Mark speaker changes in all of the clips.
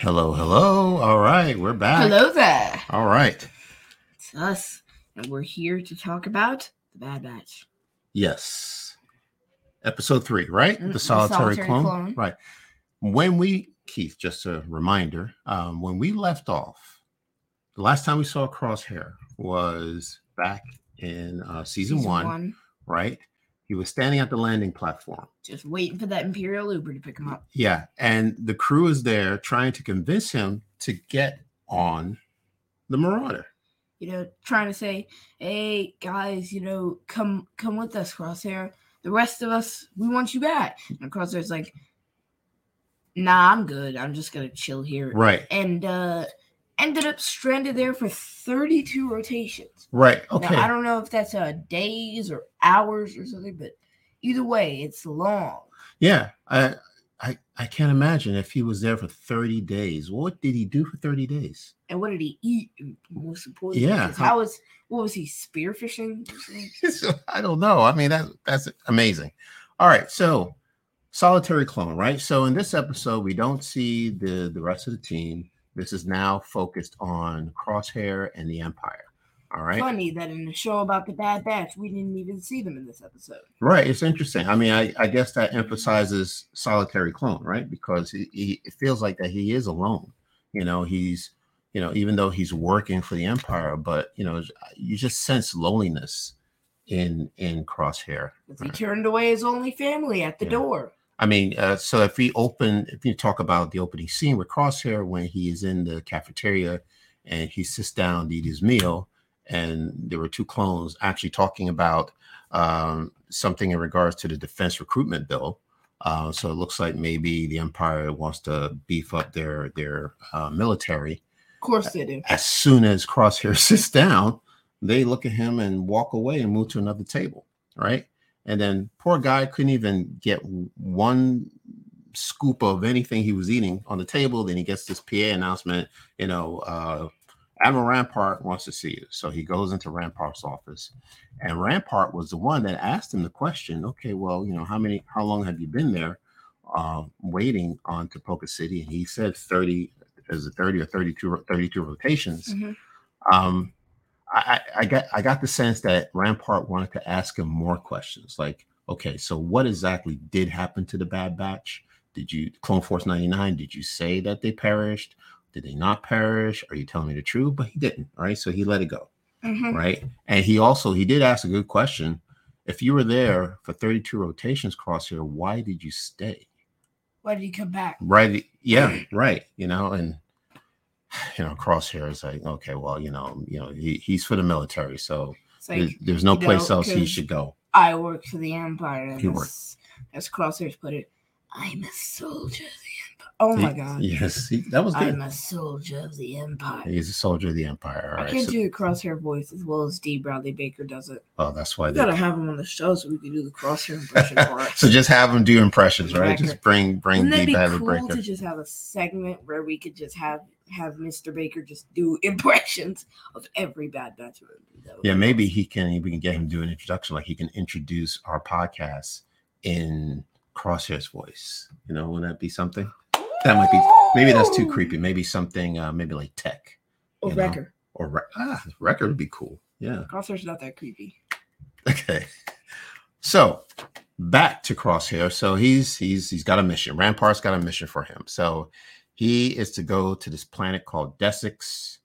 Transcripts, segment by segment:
Speaker 1: Hello, hello. All right, we're back.
Speaker 2: Hello there.
Speaker 1: All right.
Speaker 2: It's us, and we're here to talk about the Bad Batch.
Speaker 1: Yes. Episode three, right?
Speaker 2: Mm,
Speaker 1: The
Speaker 2: The
Speaker 1: solitary,
Speaker 2: Solitary
Speaker 1: clone.
Speaker 2: Clone.
Speaker 1: Right. When we, Keith, just a reminder, um, when we left off, the last time we saw Crosshair was back in uh, season, one, right? He was standing at the landing platform.
Speaker 2: Just waiting for that Imperial Uber to pick him up.
Speaker 1: Yeah. And the crew is there trying to convince him to get on the Marauder.
Speaker 2: You know, trying to say, "Hey guys, you know, come come with us, Crosshair. The rest of us, we want you back." And Crosshair's like, "Nah, I'm good. I'm just gonna chill here."
Speaker 1: Right.
Speaker 2: And uh ended up stranded there for 32 rotations.
Speaker 1: Right. Okay.
Speaker 2: Now, I don't know if that's uh, days or hours or something, but either way, it's long.
Speaker 1: Yeah, I, I I can't imagine if he was there for 30 days. What did he do for 30 days?
Speaker 2: And what did he eat? And Most importantly,
Speaker 1: Yeah,
Speaker 2: because
Speaker 1: how-
Speaker 2: how was what was he spearfishing? or something?
Speaker 1: I don't know. I mean, that that's amazing. All right, so solitary clone, right? So in this episode, we don't see the the rest of the team. This is now focused on Crosshair and the Empire. All right.
Speaker 2: Funny that in the show about the Bad Batch, we didn't even see them in this episode.
Speaker 1: Right. It's interesting. I mean, I, I guess that emphasizes solitary clone, right? Because he, he it feels like that he is alone. You know, he's you know, even though he's working for the empire, but you know, you just sense loneliness in in crosshair.
Speaker 2: 'Cause
Speaker 1: Right.
Speaker 2: he turned away his only family at the
Speaker 1: Yeah.
Speaker 2: door.
Speaker 1: I mean, uh, so if we open, if you talk about the opening scene with Crosshair when he is in the cafeteria and he sits down to eat his meal, and there were two clones actually talking about um, something in regards to the defense recruitment bill. Uh, so it looks like maybe the Empire wants to beef up their their uh, military.
Speaker 2: Of
Speaker 1: Uh,
Speaker 2: course they do.
Speaker 1: As soon as Crosshair sits down, they look at him and walk away and move to another table, right? And then poor guy couldn't even get w- one scoop of anything he was eating on the table. Then he gets this PA announcement, you know, uh, Admiral Rampart wants to see you. So he goes into Rampart's office, and Rampart was the one that asked him the question. Okay, well, you know, how many, how long have you been there, uh, waiting on Topoka City? And he said thirty, is it thirty or 32, ro- 32 rotations?
Speaker 2: Mhm.
Speaker 1: um I, I I got I got the sense that Rampart wanted to ask him more questions, like, okay, so what exactly did happen to the Bad Batch? Did you Clone Force ninety nine? Did you say that they perished? Did they not perish? Are you telling me the truth? But he didn't, right? So he let it go,
Speaker 2: Mhm.
Speaker 1: right? And he also he did ask a good question. If you were there for thirty two rotations, Crosshair, why did you stay?
Speaker 2: Why did he come back?
Speaker 1: Right. Yeah.
Speaker 2: Mm.
Speaker 1: Right. You know, and you know, Crosshair is like, okay, well, you know, you know, he, he's for the military, so
Speaker 2: It's
Speaker 1: there's,
Speaker 2: like
Speaker 1: there's no
Speaker 2: you know,
Speaker 1: place else he
Speaker 2: 'cause-
Speaker 1: should go.
Speaker 2: I work for the Empire. and
Speaker 1: You
Speaker 2: as, as Crosshairs put it, I'm a soldier of the Empire. Oh my
Speaker 1: He-
Speaker 2: god.
Speaker 1: Yes, he- that was good.
Speaker 2: I'm a soldier of the Empire.
Speaker 1: He's a soldier of the empire. All
Speaker 2: I
Speaker 1: right.
Speaker 2: can't
Speaker 1: So,
Speaker 2: do the crosshair voice as well as D. Bradley Baker does it.
Speaker 1: well, oh, that's why.
Speaker 2: We
Speaker 1: They,
Speaker 2: gotta have him on the show so we can do the crosshair impression for us.
Speaker 1: so just have him do impressions, right?
Speaker 2: Backer.
Speaker 1: Just bring bring
Speaker 2: Wouldn't
Speaker 1: the
Speaker 2: that be
Speaker 1: Bradley
Speaker 2: cool
Speaker 1: Breaker.
Speaker 2: to just have a segment where we could just have have Mr. Baker just do impressions of every Bad Batch movie? That would
Speaker 1: Yeah,
Speaker 2: be
Speaker 1: maybe
Speaker 2: awesome.
Speaker 1: he can. We can get him to do an introduction, like he can introduce our podcast in Crosshair's voice. You know, wouldn't that be something? That might be. Maybe that's too creepy. Maybe something. Uh, maybe like tech.
Speaker 2: Oh,
Speaker 1: you know?
Speaker 2: Wrecker.
Speaker 1: or re- ah, record would be cool. Yeah.
Speaker 2: Crosshair's not that creepy.
Speaker 1: Okay. So back to Crosshair. So he's he's he's got a mission. Rampart's got a mission for him. So he is to go to this planet called Desix.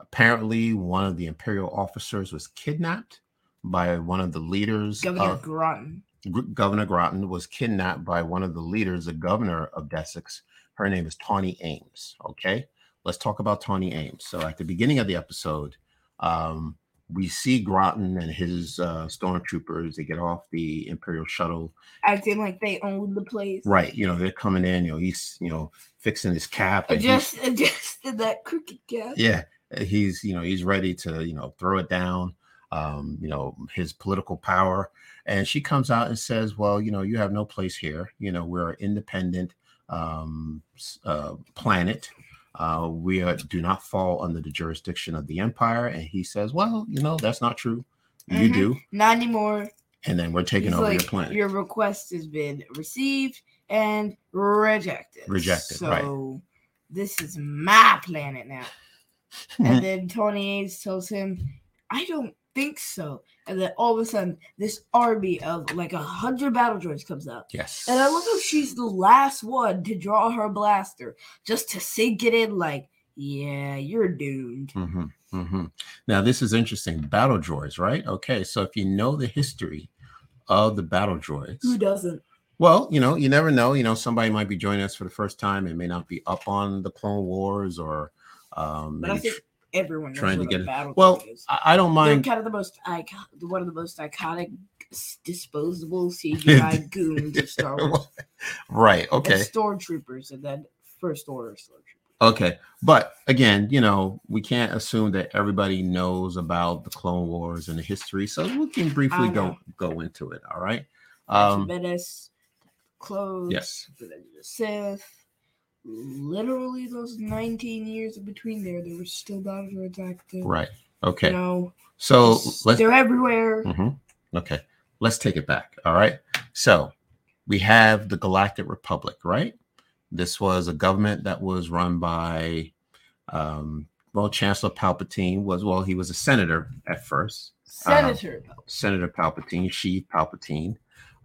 Speaker 1: Apparently, one of the Imperial officers was kidnapped by one of the leaders.
Speaker 2: Governor
Speaker 1: of-
Speaker 2: Grun.
Speaker 1: Gr- Governor Groton was kidnapped by one of the leaders, the governor of Dessex. Her name is Tawny Ames. Okay, let's talk about Tawny Ames. So, at the beginning of the episode, um, we see Groton and his uh, stormtroopers. They get off the Imperial shuttle.
Speaker 2: Acting like they owned the place.
Speaker 1: Right, you know they're coming in. You know he's you know fixing his cap. and he's-
Speaker 2: Adjust, adjusted that crooked cap.
Speaker 1: yeah eh, he's you know he's ready to you know throw it down um you know his political power and she comes out and says well you know you have no place here you know we're an independent um s- uh, planet uh we are, do not fall under the jurisdiction of the empire and he says well you know that's not true you
Speaker 2: Mhm.
Speaker 1: do
Speaker 2: Not anymore.
Speaker 1: and then we're taking
Speaker 2: He's
Speaker 1: over
Speaker 2: like,
Speaker 1: your planet
Speaker 2: Your request has been received and rejected.
Speaker 1: Rejected,
Speaker 2: So
Speaker 1: right.
Speaker 2: this is my planet now. And then Tony Ace tells him, I don't think so. And then all of a sudden, this army of like a hundred battle droids comes out.
Speaker 1: yes.
Speaker 2: And I love how she's the last one to draw her blaster just to sink it in, like, yeah, you're doomed.
Speaker 1: hmm hmm Now, this is interesting. Battle droids, right? Okay. So, if you know the history of the battle droids,
Speaker 2: Who doesn't?
Speaker 1: well, you know, you never know. You know, somebody might be joining us for the first time and may not be up on the Clone Wars or um,
Speaker 2: But I
Speaker 1: maybe
Speaker 2: think everyone knows
Speaker 1: trying to
Speaker 2: what
Speaker 1: get
Speaker 2: a
Speaker 1: it-
Speaker 2: battle
Speaker 1: Well,
Speaker 2: droid is.
Speaker 1: I, I don't
Speaker 2: They're
Speaker 1: mind.
Speaker 2: kind of the most icon, one of the most iconic s- disposable CGI goons of Star Wars.
Speaker 1: right.
Speaker 2: And
Speaker 1: Okay.
Speaker 2: stormtroopers and then First Order stormtroopers.
Speaker 1: Okay. But again, you know, we can't assume that everybody knows about the Clone Wars and the history. So we can
Speaker 2: I
Speaker 1: briefly go
Speaker 2: know.
Speaker 1: go into it. All right.
Speaker 2: Um,
Speaker 1: Um,
Speaker 2: Menace, clothes.
Speaker 1: yes.
Speaker 2: Revenge of the Sith. Literally, those 19 years in between there, they were still battle droids active.
Speaker 1: Right.
Speaker 2: You
Speaker 1: Okay.
Speaker 2: know,
Speaker 1: So let's
Speaker 2: they're everywhere.
Speaker 1: Mhm. Okay. Let's take it back. All right. So we have the Galactic Republic, right? This was a government that was run by, um, well, Chancellor Palpatine was, well, he was a senator at first,
Speaker 2: Senator, though.
Speaker 1: Senator Palpatine, she Palpatine.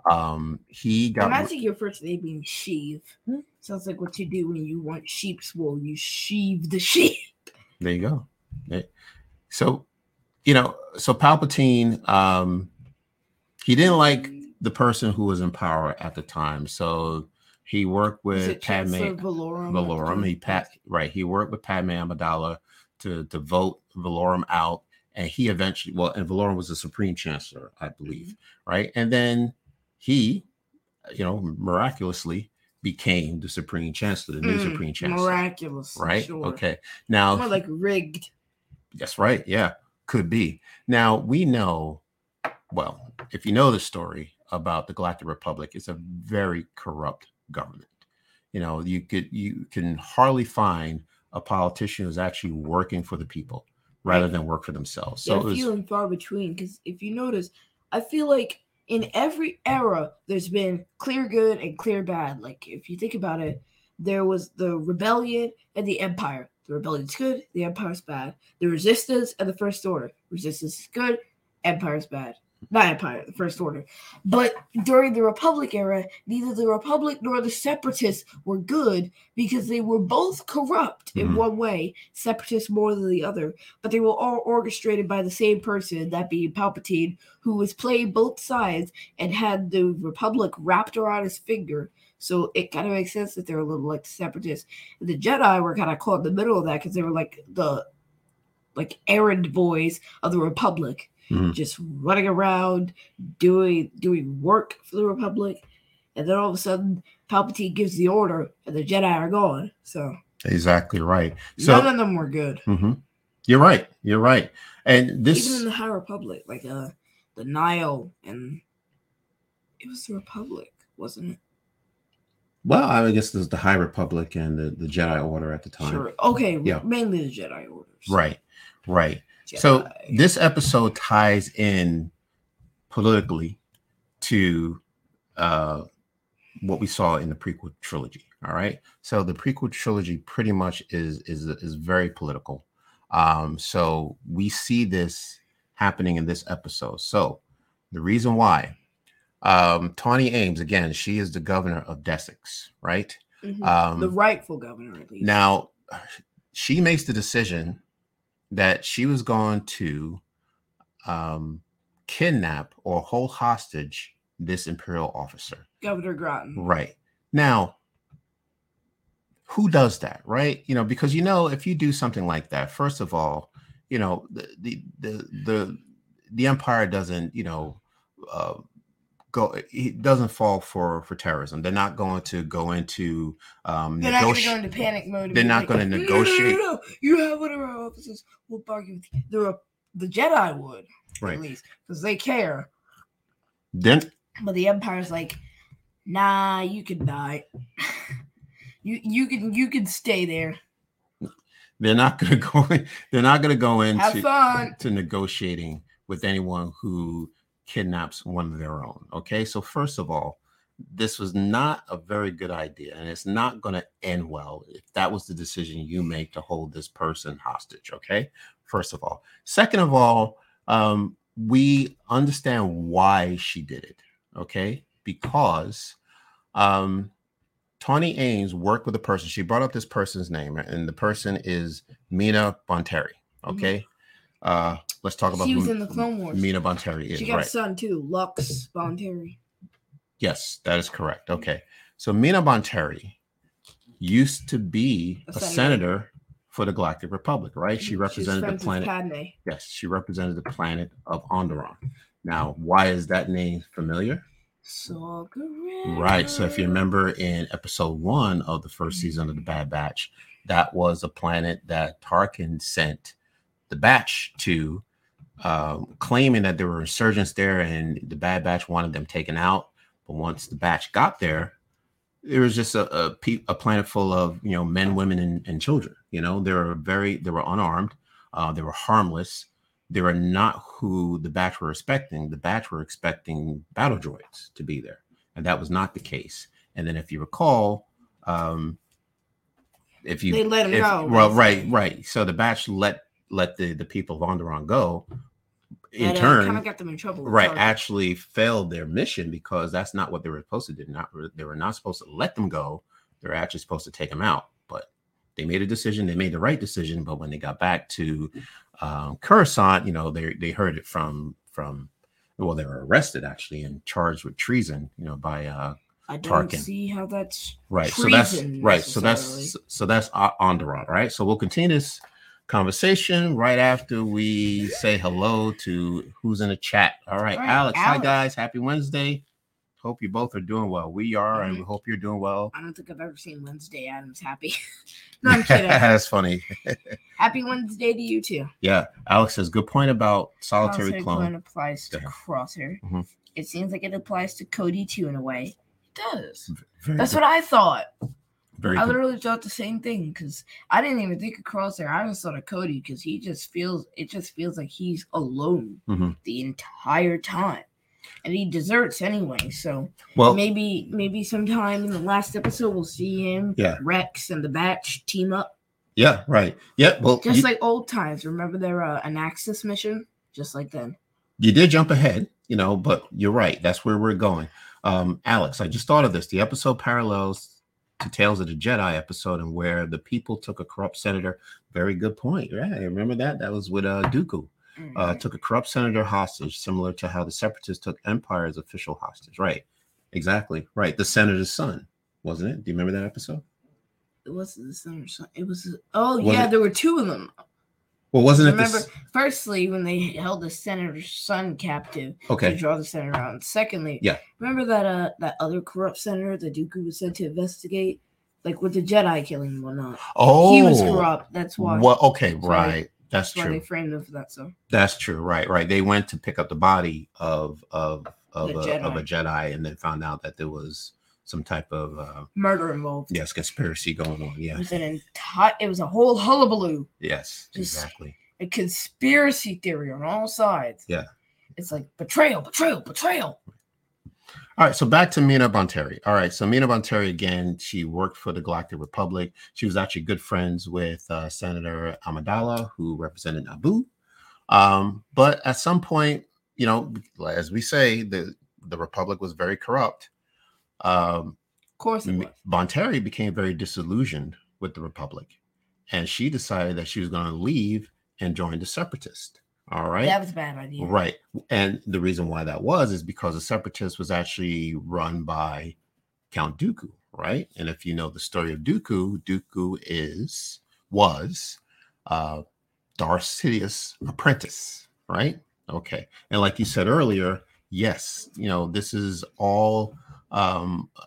Speaker 1: Um, he got,
Speaker 2: Imagine your first name being Sheev. Sounds like what you do when you want sheep's wool. You sheave the sheep.
Speaker 1: there you go. There- So, you know, so Palpatine, um, he didn't like the person who was in power at the time. So he worked
Speaker 2: Is
Speaker 1: with
Speaker 2: it Chancellor
Speaker 1: Padme
Speaker 2: Valorum.
Speaker 1: Valorum. He pat right. He worked with Padme Amidala to to vote Valorum out, and he eventually well, and Valorum was the Supreme Chancellor, I believe,
Speaker 2: Mm-hmm.
Speaker 1: right? And then he, you know, miraculously became the Supreme Chancellor, the new
Speaker 2: Mm,
Speaker 1: Supreme Chancellor,
Speaker 2: Miraculous.
Speaker 1: right?
Speaker 2: Sure.
Speaker 1: Okay, now
Speaker 2: More like rigged.
Speaker 1: that's right. Yeah, could be. Now we know, well, if you know the story about the Galactic Republic, it's a very corrupt government. You know, you could you can hardly find a politician who's actually working for the people rather
Speaker 2: Right.
Speaker 1: than work for themselves. So
Speaker 2: so
Speaker 1: it was,
Speaker 2: few and far between because if you notice i feel like in every era there's been clear good and clear bad like if you think about it there was the rebellion and the empire the rebellion's good the empire's bad the resistance and the first order resistance is good empire's bad not empire the first order but during the republic era neither the republic nor the separatists were good because they were both corrupt in
Speaker 1: Mhm.
Speaker 2: one way separatists more than the other but they were all orchestrated by the same person, that being Palpatine, who was playing both sides and had the Republic wrapped around his finger. So it kind of makes sense that they're a little like separatists. And the Jedi were kind of caught in the middle of that because they were like the like errand boys of the Republic,
Speaker 1: Mhm.
Speaker 2: just running around doing doing work for the Republic. And then all of a sudden, Palpatine gives the order, and the Jedi are gone. So,
Speaker 1: exactly right.
Speaker 2: none
Speaker 1: So
Speaker 2: of them were good.
Speaker 1: mhm. you're right. You're right. And this
Speaker 2: even in the High Republic, like uh, the Nile, and it was the Republic, wasn't it?
Speaker 1: well, I guess there's the High Republic and the, the Jedi Order at the time.
Speaker 2: Sure. Okay.
Speaker 1: Yeah.
Speaker 2: Mainly the Jedi orders.
Speaker 1: Right. Right.
Speaker 2: Jedi.
Speaker 1: So this episode ties in politically to uh, what we saw in the prequel trilogy. All right. So the prequel trilogy pretty much is is is very political. Um, so we see this happening in this episode. So the reason why um, Tawny Ames again, she is the governor of Dessex, right?
Speaker 2: Mhm.
Speaker 1: Um,
Speaker 2: the rightful governor, at least.
Speaker 1: now, she makes the decision that she was going to um, kidnap or hold hostage this imperial officer.
Speaker 2: Governor Groton.
Speaker 1: Right. Now, who does that, right? You know, because you know, if you do something like that, first of all, you know, the the the the, the empire doesn't, you know, uh, go it doesn't fall for for terrorism. They're not going to go into um
Speaker 2: They're not going to
Speaker 1: negoti-
Speaker 2: go into panic mode. and
Speaker 1: they're
Speaker 2: be
Speaker 1: not
Speaker 2: like,
Speaker 1: gonna
Speaker 2: "No, no,
Speaker 1: negotiate."
Speaker 2: No, no, no, You have one of our officers. We'll bargain with you. The, Re- the Jedi would,
Speaker 1: Right.
Speaker 2: at least, because they care.
Speaker 1: Then
Speaker 2: But the Empire's like, nah, you can die. you you can you can stay there.
Speaker 1: they're not going to go. in- They're not going to go
Speaker 2: Have
Speaker 1: into
Speaker 2: fun.
Speaker 1: to negotiating with anyone who kidnaps one of their own. Okay, so first of all, this was not a very good idea and it's not going to end well if that was the decision you make to hold this person hostage okay first of all second of all um, we understand why she did it okay because um, tawny ames worked with a person she brought up this person's name and the person is mina bonteri okay uh, let's talk about
Speaker 2: Mm-hmm. She was
Speaker 1: who
Speaker 2: in the Clone Wars.
Speaker 1: mina bonteri is
Speaker 2: she got
Speaker 1: right
Speaker 2: a son too, Lux Bonteri.
Speaker 1: Yes, that is correct. Okay. So Mina Bonteri used to be
Speaker 2: A
Speaker 1: a,
Speaker 2: senator.
Speaker 1: senator. for the Galactic Republic, right? She
Speaker 2: She's
Speaker 1: represented the
Speaker 2: friends with
Speaker 1: planet.
Speaker 2: Padme.
Speaker 1: Yes, she represented the planet of Onderon. Now, why is that name familiar?
Speaker 2: Saw Gerrera.
Speaker 1: Right. So if you remember in episode one of the first season of The Bad Batch, that was a planet that Tarkin sent the Batch to, um, claiming that there were insurgents there and the Bad Batch wanted them taken out. But once the Batch got there, it was just a, a, pe- a planet full of you know men, women, and, and children. You know, they were very they were unarmed, uh, they were harmless. They were not who the Batch were expecting. The Batch were expecting battle droids to be there and that was not the case. And then, if you recall, um, if you
Speaker 2: They let him
Speaker 1: if-
Speaker 2: go,
Speaker 1: well, right,
Speaker 2: basically.
Speaker 1: right. So the batch let let the the people of Onderon go. In
Speaker 2: That, uh,
Speaker 1: turn,
Speaker 2: kinda got them in trouble. with
Speaker 1: right,
Speaker 2: Tarkin.
Speaker 1: actually failed their mission because that's not what they were supposed to do. Not they were not supposed to let them go. they were actually supposed to take them out, but they made a decision. They made the right decision, but when they got back to um, Coruscant, you know, they they heard it from from well, they were arrested actually and charged with treason, you know, by uh,
Speaker 2: I don't
Speaker 1: Tarkin.
Speaker 2: see how that's
Speaker 1: right so that's
Speaker 2: treason
Speaker 1: right so that's
Speaker 2: necessarily.
Speaker 1: so that's o- on the run right so we'll continue this conversation right after we say hello to who's in the chat all right,
Speaker 2: All right, Alex.
Speaker 1: alex, hi guys happy wednesday hope you both are doing well we are and
Speaker 2: Mm-hmm.
Speaker 1: we hope you're doing well
Speaker 2: I don't think I've ever seen Wednesday Adams happy. no, I'm kidding.
Speaker 1: that's funny
Speaker 2: happy Wednesday to you too.
Speaker 1: yeah alex says good point about solitary,
Speaker 2: Solitary
Speaker 1: clone,
Speaker 2: applies to
Speaker 1: Yeah.
Speaker 2: Crosshair.
Speaker 1: Mhm.
Speaker 2: It seems like it applies to Cody too in a way. It does.
Speaker 1: Very
Speaker 2: That's
Speaker 1: good,
Speaker 2: what I thought.
Speaker 1: Mm-hmm. very
Speaker 2: I
Speaker 1: good.
Speaker 2: literally thought the same thing because I didn't even think of Crosshair. I just thought of Cody because he just feels it just feels like he's alone
Speaker 1: Mhm.
Speaker 2: the entire time, and he deserts anyway. So
Speaker 1: well
Speaker 2: maybe maybe sometime in the last episode we'll see him,
Speaker 1: Yeah.
Speaker 2: Rex and the Batch team up,
Speaker 1: yeah right yeah well
Speaker 2: just
Speaker 1: you-
Speaker 2: like old times. Remember their uh, Anaxis mission, just like then.
Speaker 1: you did jump ahead, you know, but you're right. That's where we're going. Um, Alex, I just thought of this. The episode parallels to Tales of the Jedi episode, and where the people took a corrupt senator. Very good point. Yeah, I remember that. That was with uh, Dooku.
Speaker 2: Mm-hmm.
Speaker 1: Uh, took a corrupt senator hostage, similar to how the Separatists took Empire's official hostage. Right. Exactly. Right. The senator's son, wasn't it? Do you remember that episode?
Speaker 2: it was the center. son- It was oh
Speaker 1: Was
Speaker 2: yeah,
Speaker 1: it-
Speaker 2: there were two of them.
Speaker 1: Well, wasn't it?
Speaker 2: Remember,
Speaker 1: This,
Speaker 2: firstly when they held the senator's son captive. to
Speaker 1: okay.
Speaker 2: draw the senator out. And secondly,
Speaker 1: Yeah.
Speaker 2: remember that uh that other corrupt senator that Dooku was sent to investigate, like with the Jedi killing and whatnot.
Speaker 1: Oh,
Speaker 2: He was corrupt. That's why.
Speaker 1: Well, okay,
Speaker 2: Sorry.
Speaker 1: right. That's
Speaker 2: That's why they
Speaker 1: true.
Speaker 2: framed him for that. So
Speaker 1: That's true. Right, right. They went to pick up the body of of of
Speaker 2: The
Speaker 1: a, of a
Speaker 2: Jedi.
Speaker 1: Jedi, and then found out that there was some type of uh,
Speaker 2: murder involved.
Speaker 1: yes conspiracy going on.
Speaker 2: It
Speaker 1: Yeah,
Speaker 2: was an entire. It was a whole hullabaloo,
Speaker 1: yes,
Speaker 2: Just-
Speaker 1: exactly.
Speaker 2: a conspiracy theory on all sides.
Speaker 1: Yeah.
Speaker 2: It's like betrayal, betrayal, betrayal.
Speaker 1: All right, so back to Mina Bonteri. All right, so Mina Bonteri again, she worked for the Galactic Republic. She was actually good friends with uh, Senator Amidala, who represented Naboo. Um, but at some point, you know, as we say, the the Republic was very corrupt. Um,
Speaker 2: Of course it
Speaker 1: M-
Speaker 2: was.
Speaker 1: Bonteri became very disillusioned with the Republic, and she decided that she was going to leave and join the Separatists. All right,
Speaker 2: That was a bad idea.
Speaker 1: right. And the reason why that was is because the Separatists was actually run by Count Dooku, right? And if you know the story of Dooku, Dooku is was uh, Darth Sidious' apprentice, right? Okay. And like you said earlier, yes, you know this is all um, uh,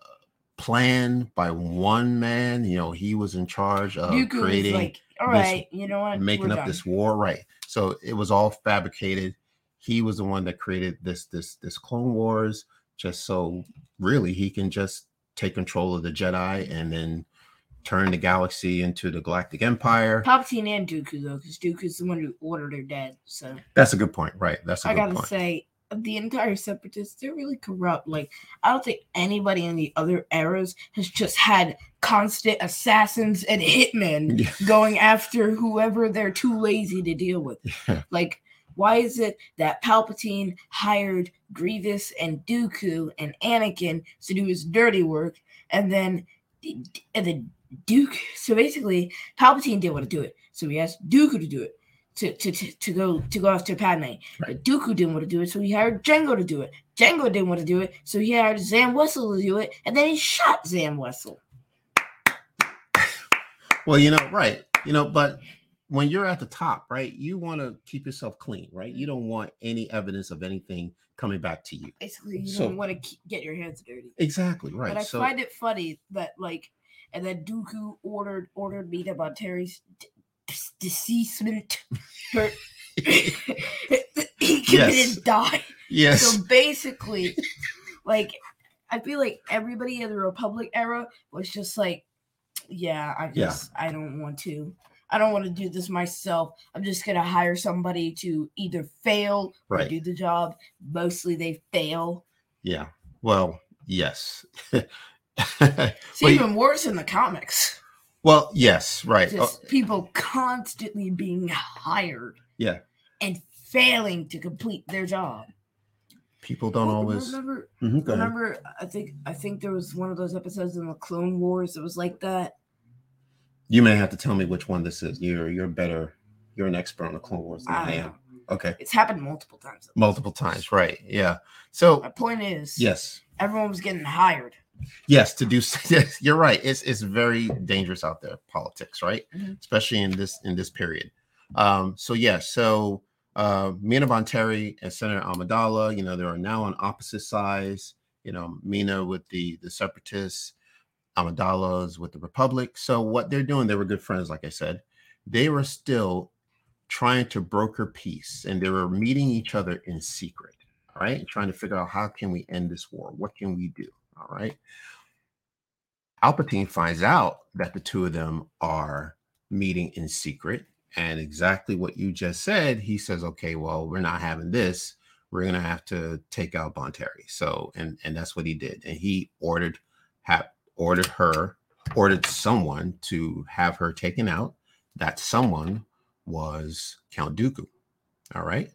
Speaker 1: planned by one man. You know he was in charge of
Speaker 2: Dooku was
Speaker 1: uh, creating
Speaker 2: like, all
Speaker 1: this-
Speaker 2: right, you know what?
Speaker 1: making
Speaker 2: We're
Speaker 1: up
Speaker 2: done."
Speaker 1: this war right so it was all fabricated he was the one that created this this this clone wars just so really he can just take control of the jedi and then turn the galaxy into the galactic empire
Speaker 2: Palpatine and Dooku though, because Dooku's the one who ordered her dead. So
Speaker 1: that's a good point right that's a
Speaker 2: I
Speaker 1: good
Speaker 2: gotta
Speaker 1: point
Speaker 2: say, of the entire separatists, they're really corrupt. Like, I don't think anybody in the other eras has just had constant assassins and hitmen
Speaker 1: Yeah.
Speaker 2: going after whoever they're too lazy to deal with.
Speaker 1: Yeah.
Speaker 2: Like, why is it that Palpatine hired Grievous and Dooku and Anakin to do his dirty work, and then and the Duke? So basically, Palpatine didn't want to do it, so he asked Dooku to do it. To, to, to, to go to go after Padme.
Speaker 1: Right.
Speaker 2: Dooku didn't want to do it, so he hired Django to do it. Django didn't want to do it, so he hired Zam Wessel to do it, and then he shot Zam Wessel.
Speaker 1: Well, you know, right. You know, but when you're at the top, right, you want to keep yourself clean, right? You don't want any evidence of anything coming back to you.
Speaker 2: Basically, you
Speaker 1: So-
Speaker 2: don't want to get your hands dirty.
Speaker 1: Exactly right.
Speaker 2: But I
Speaker 1: so
Speaker 2: find it funny that like, and then Dooku ordered ordered me to Terry's d- d- deceasement. Her- he committed
Speaker 1: Yes.
Speaker 2: die.
Speaker 1: yes,
Speaker 2: So basically, like, I feel like everybody in the Republic era was just like, yeah, I
Speaker 1: Yeah.
Speaker 2: just I don't want to. I don't want to do this myself. I'm just gonna hire somebody to either fail or
Speaker 1: Right.
Speaker 2: do the job. Mostly they fail.
Speaker 1: yeah. Well, yes.
Speaker 2: It's
Speaker 1: Well, you-
Speaker 2: even worse in the comics.
Speaker 1: well, yes, right. Oh,
Speaker 2: just people constantly being hired.
Speaker 1: Yeah.
Speaker 2: And failing to complete their job.
Speaker 1: people don't
Speaker 2: Well,
Speaker 1: always.
Speaker 2: remember
Speaker 1: Mhm, go ahead.
Speaker 2: remember I think I think there was one of those episodes in the Clone Wars that was like that.
Speaker 1: You may have to tell me which one this is. You're you're better. You're an expert on the Clone Wars than I,
Speaker 2: I don't
Speaker 1: am.
Speaker 2: know.
Speaker 1: Okay,
Speaker 2: It's happened multiple times.
Speaker 1: multiple times, right? Yeah. So
Speaker 2: My point is
Speaker 1: yes,
Speaker 2: everyone was getting hired.
Speaker 1: yes, to do. Yes, you're right. It's it's very dangerous out there, politics, right?
Speaker 2: Mhm.
Speaker 1: Especially in this in this period. Um. So yeah. So uh, Mina Bonteri and Senator Amidala, you know, they are now on opposite sides. You know, Mina with the the separatists, Amidala's with the Republic. So what they're doing, they were good friends, like I said. They were still trying to broker peace, and they were meeting each other in secret. All right, trying to figure out how can we end this war? What can we do? All right. Palpatine finds out that the two of them are meeting in secret, and exactly what you just said, he says, "Okay, well, we're not having this. We're gonna have to take out Bonteri." So, and and that's what he did, and he ordered have ordered her, ordered someone to have her taken out. That someone was Count Dooku. All right.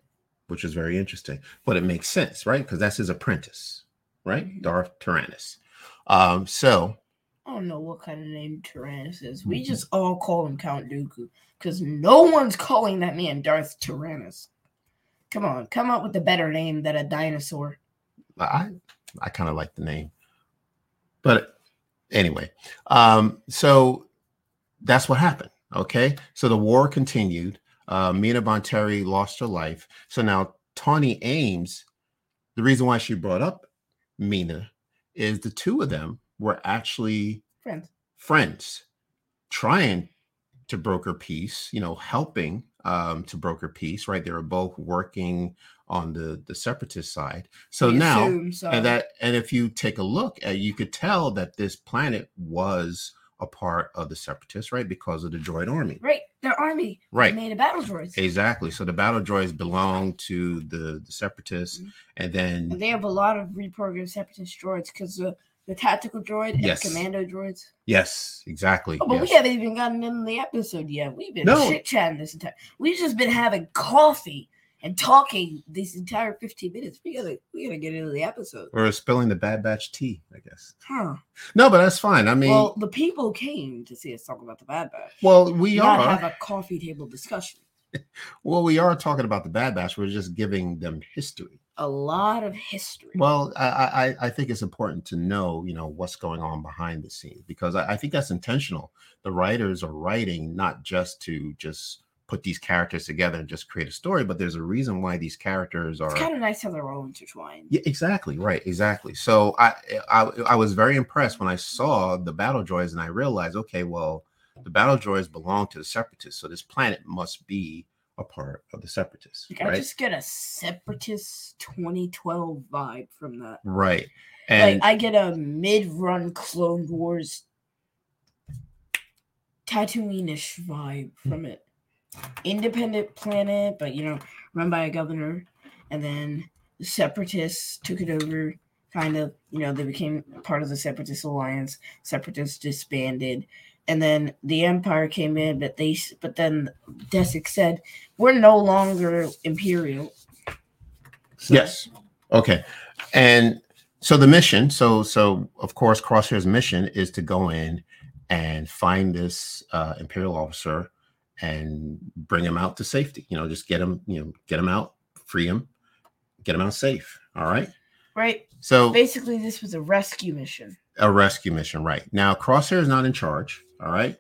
Speaker 1: Which is very interesting. But it makes sense, right? Because that's his apprentice, right?
Speaker 2: Mhm.
Speaker 1: Darth Tyrannus. Um, so
Speaker 2: I don't know what kind of name Tyrannus is. We
Speaker 1: Mm-hmm.
Speaker 2: just all call him Count Dooku because no one's calling that man Darth Tyrannus. Come on, come up with a better name than a dinosaur.
Speaker 1: I I kind of like the name. But anyway, um, so that's what happened. Okay. So the war continued. Uh, Mina Bonteri lost her life. So now Tawny Ames, the reason why she brought up Mina is the two of them were actually
Speaker 2: Friends.
Speaker 1: friends trying to broker peace you know helping um to broker peace right they were both working on the the separatist side so
Speaker 2: We
Speaker 1: now
Speaker 2: assume so.
Speaker 1: and that and if you take a look at you could tell that this planet was a part of the separatists right because of the droid army
Speaker 2: right, their army
Speaker 1: right
Speaker 2: made a battle droids.
Speaker 1: exactly so the battle droids belong to the the separatists
Speaker 2: Mhm.
Speaker 1: and then
Speaker 2: And they have a lot of reprogrammed separatist droids because the, the tactical droid and
Speaker 1: Yes.
Speaker 2: the commando droids.
Speaker 1: yes exactly
Speaker 2: Oh, but
Speaker 1: yes.
Speaker 2: we haven't even gotten in the episode yet. We've been
Speaker 1: No.
Speaker 2: chit chatting this entire. We've just been having coffee and talking this entire fifteen minutes. We gotta we gotta get into the episode,
Speaker 1: we're spilling the bad batch tea i guess
Speaker 2: huh?
Speaker 1: no but that's fine i mean
Speaker 2: well,
Speaker 1: well,
Speaker 2: the people came to see us talk about the Bad Batch.
Speaker 1: we
Speaker 2: not
Speaker 1: are
Speaker 2: have a coffee table discussion.
Speaker 1: Well, we are talking about the Bad Batch. We're just giving them history.
Speaker 2: A lot of history.
Speaker 1: Well, I- I, I, I think it's important to know, you know, what's going on behind the scenes because I, I think that's intentional. The writers are writing not just to just put these characters together and just create a story, but there's a reason why these characters are.
Speaker 2: it's kind of nice how they're all intertwined.
Speaker 1: uh, Yeah, exactly. Right. Exactly. So I, I I was very impressed when I saw the battle droids and I realized, okay, well, the battle droids belong to the separatists, so this planet must be a part of the separatists.
Speaker 2: Like,
Speaker 1: right?
Speaker 2: I just get a separatist 2012 vibe from that.
Speaker 1: Right. And
Speaker 2: like I get a mid-run Clone Wars Tatooine-ish vibe from it. Independent planet, but you know, run by a governor, and then the separatists took it over, kind of. You know, they became part of the separatist alliance. Separatists disbanded, and then the empire came in. But they, s- but then Desick said, "We're no longer imperial." So-
Speaker 1: Yes. Okay. And so the mission, so so of course Crosshair's mission is to go in and find this uh, imperial officer and bring him out to safety. You know, just get him, you know, get him out, free him, get him out safe. All right.
Speaker 2: Right.
Speaker 1: So
Speaker 2: Basically, this was a rescue mission.
Speaker 1: a rescue mission, right? Now Crosshair is not in charge. All right.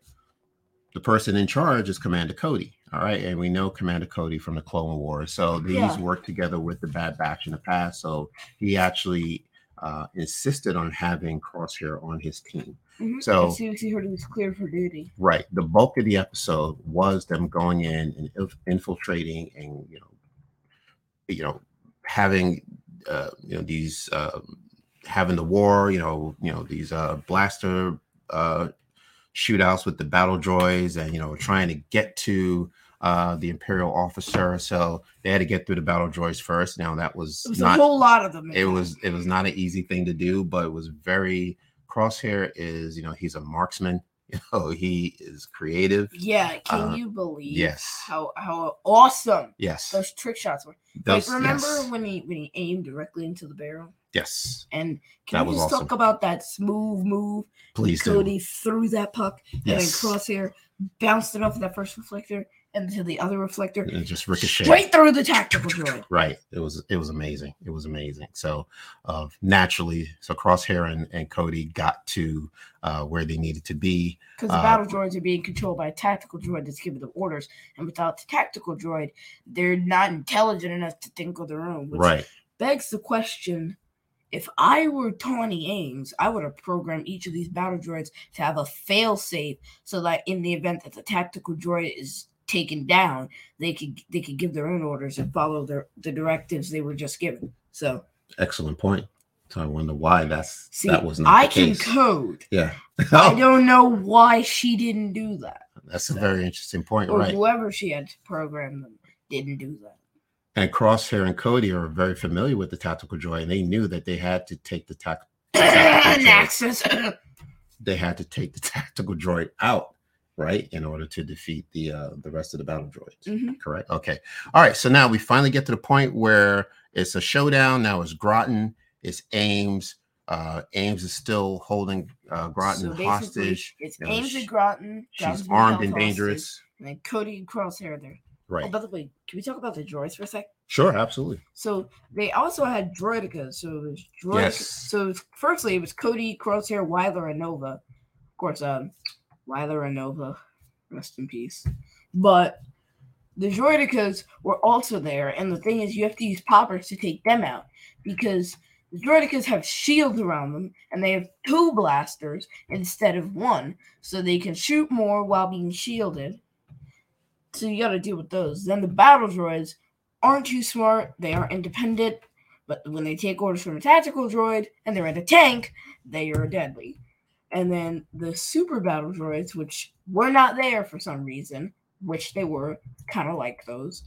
Speaker 1: The person in charge is Commander Cody. All right. And we know Commander Cody from the Clone Wars. So these
Speaker 2: Yeah.
Speaker 1: worked together with the Bad Batch in the past. So he actually uh, insisted on having Crosshair on his team.
Speaker 2: Mhm.
Speaker 1: So-
Speaker 2: as soon as he heard he was cleared for duty,
Speaker 1: Right. The bulk of the episode was them going in and inf- infiltrating and, you know, you know, having, uh, you know, these, uh, having the war, you know, you know, these uh, blaster uh, shootouts with the battle droids and, you know, trying to get to uh, the Imperial officer. So they had to get through the battle droids first. Now that was,
Speaker 2: it was
Speaker 1: not
Speaker 2: a whole lot of them.
Speaker 1: it was it was not an easy thing to do but it was very crosshair is you know he's a marksman you know he is creative
Speaker 2: Yeah, can
Speaker 1: Uh,
Speaker 2: you believe?
Speaker 1: yes.
Speaker 2: How how awesome
Speaker 1: yes
Speaker 2: those trick shots were!
Speaker 1: those-
Speaker 2: like remember
Speaker 1: yes,
Speaker 2: when he when he aimed directly into the barrel?
Speaker 1: yes
Speaker 2: And
Speaker 1: That
Speaker 2: can we
Speaker 1: was
Speaker 2: just
Speaker 1: awesome.
Speaker 2: talk about that smooth move?
Speaker 1: please do
Speaker 2: Cody threw that puck and then
Speaker 1: yes
Speaker 2: crosshair bounced it off of that first reflector and to the other reflector,
Speaker 1: And it just ricocheted
Speaker 2: straight through the tactical droid.
Speaker 1: right it was it was amazing it was amazing so uh, naturally so crosshair and, and cody got to uh, where they needed to be
Speaker 2: Because the
Speaker 1: Uh,
Speaker 2: battle droids are being controlled by a tactical droid that's giving them orders, and without the tactical droid, they're not intelligent enough to think on their own. Which
Speaker 1: right
Speaker 2: begs the question if I were Tawny Ames, I would have programmed each of these battle droids to have a failsafe so that in the event that the tactical droid is taken down, they could they could give their own orders and follow their the directives they were just given. So
Speaker 1: excellent point so i wonder why that's
Speaker 2: see
Speaker 1: that was not
Speaker 2: I
Speaker 1: the
Speaker 2: can
Speaker 1: case. Oh.
Speaker 2: code.
Speaker 1: yeah
Speaker 2: I don't know why she didn't do that.
Speaker 1: that's a very interesting point
Speaker 2: Or
Speaker 1: right
Speaker 2: whoever she had to program them didn't do that.
Speaker 1: and Crosshair and Cody are very familiar with the tactical droid, and they knew that they had to take the tac- tactical droid.
Speaker 2: Naxxus.
Speaker 1: They had to take the tactical droid out, right, in order to defeat the uh, the rest of the battle droids.
Speaker 2: Mhm.
Speaker 1: Correct. Okay. All right. So now we finally get to the point where it's a showdown. Now it's Groton. It's Ames. Uh, Ames is still holding uh, Groton
Speaker 2: basically,
Speaker 1: hostage.
Speaker 2: It's
Speaker 1: you know,
Speaker 2: Ames
Speaker 1: she-
Speaker 2: and Groton. Groton's
Speaker 1: She's
Speaker 2: being
Speaker 1: armed
Speaker 2: held
Speaker 1: and
Speaker 2: hostage.
Speaker 1: dangerous.
Speaker 2: And then Cody and Crosshair there. Oh,
Speaker 1: Right.
Speaker 2: by the way, can we talk about the droids for a sec?
Speaker 1: Sure. Absolutely.
Speaker 2: So they also had droidicas. So it was droidica.
Speaker 1: Yes.
Speaker 2: So it was, firstly, it was Cody, Crosshair, Wyler, and Nova. Of course, um, Wyler and Nova, rest in peace. But the droidicas were also there, and the thing is, you have to use poppers to take them out because the droidicas have shields around them, and they have two blasters instead of one, so they can shoot more while being shielded. So you got to deal with those. Then the battle droids aren't too smart; they are independent. But when they take orders from a tactical droid and they're in a tank, they are deadly. And then the super battle droids, which were not there for some reason, which they were kind of like those.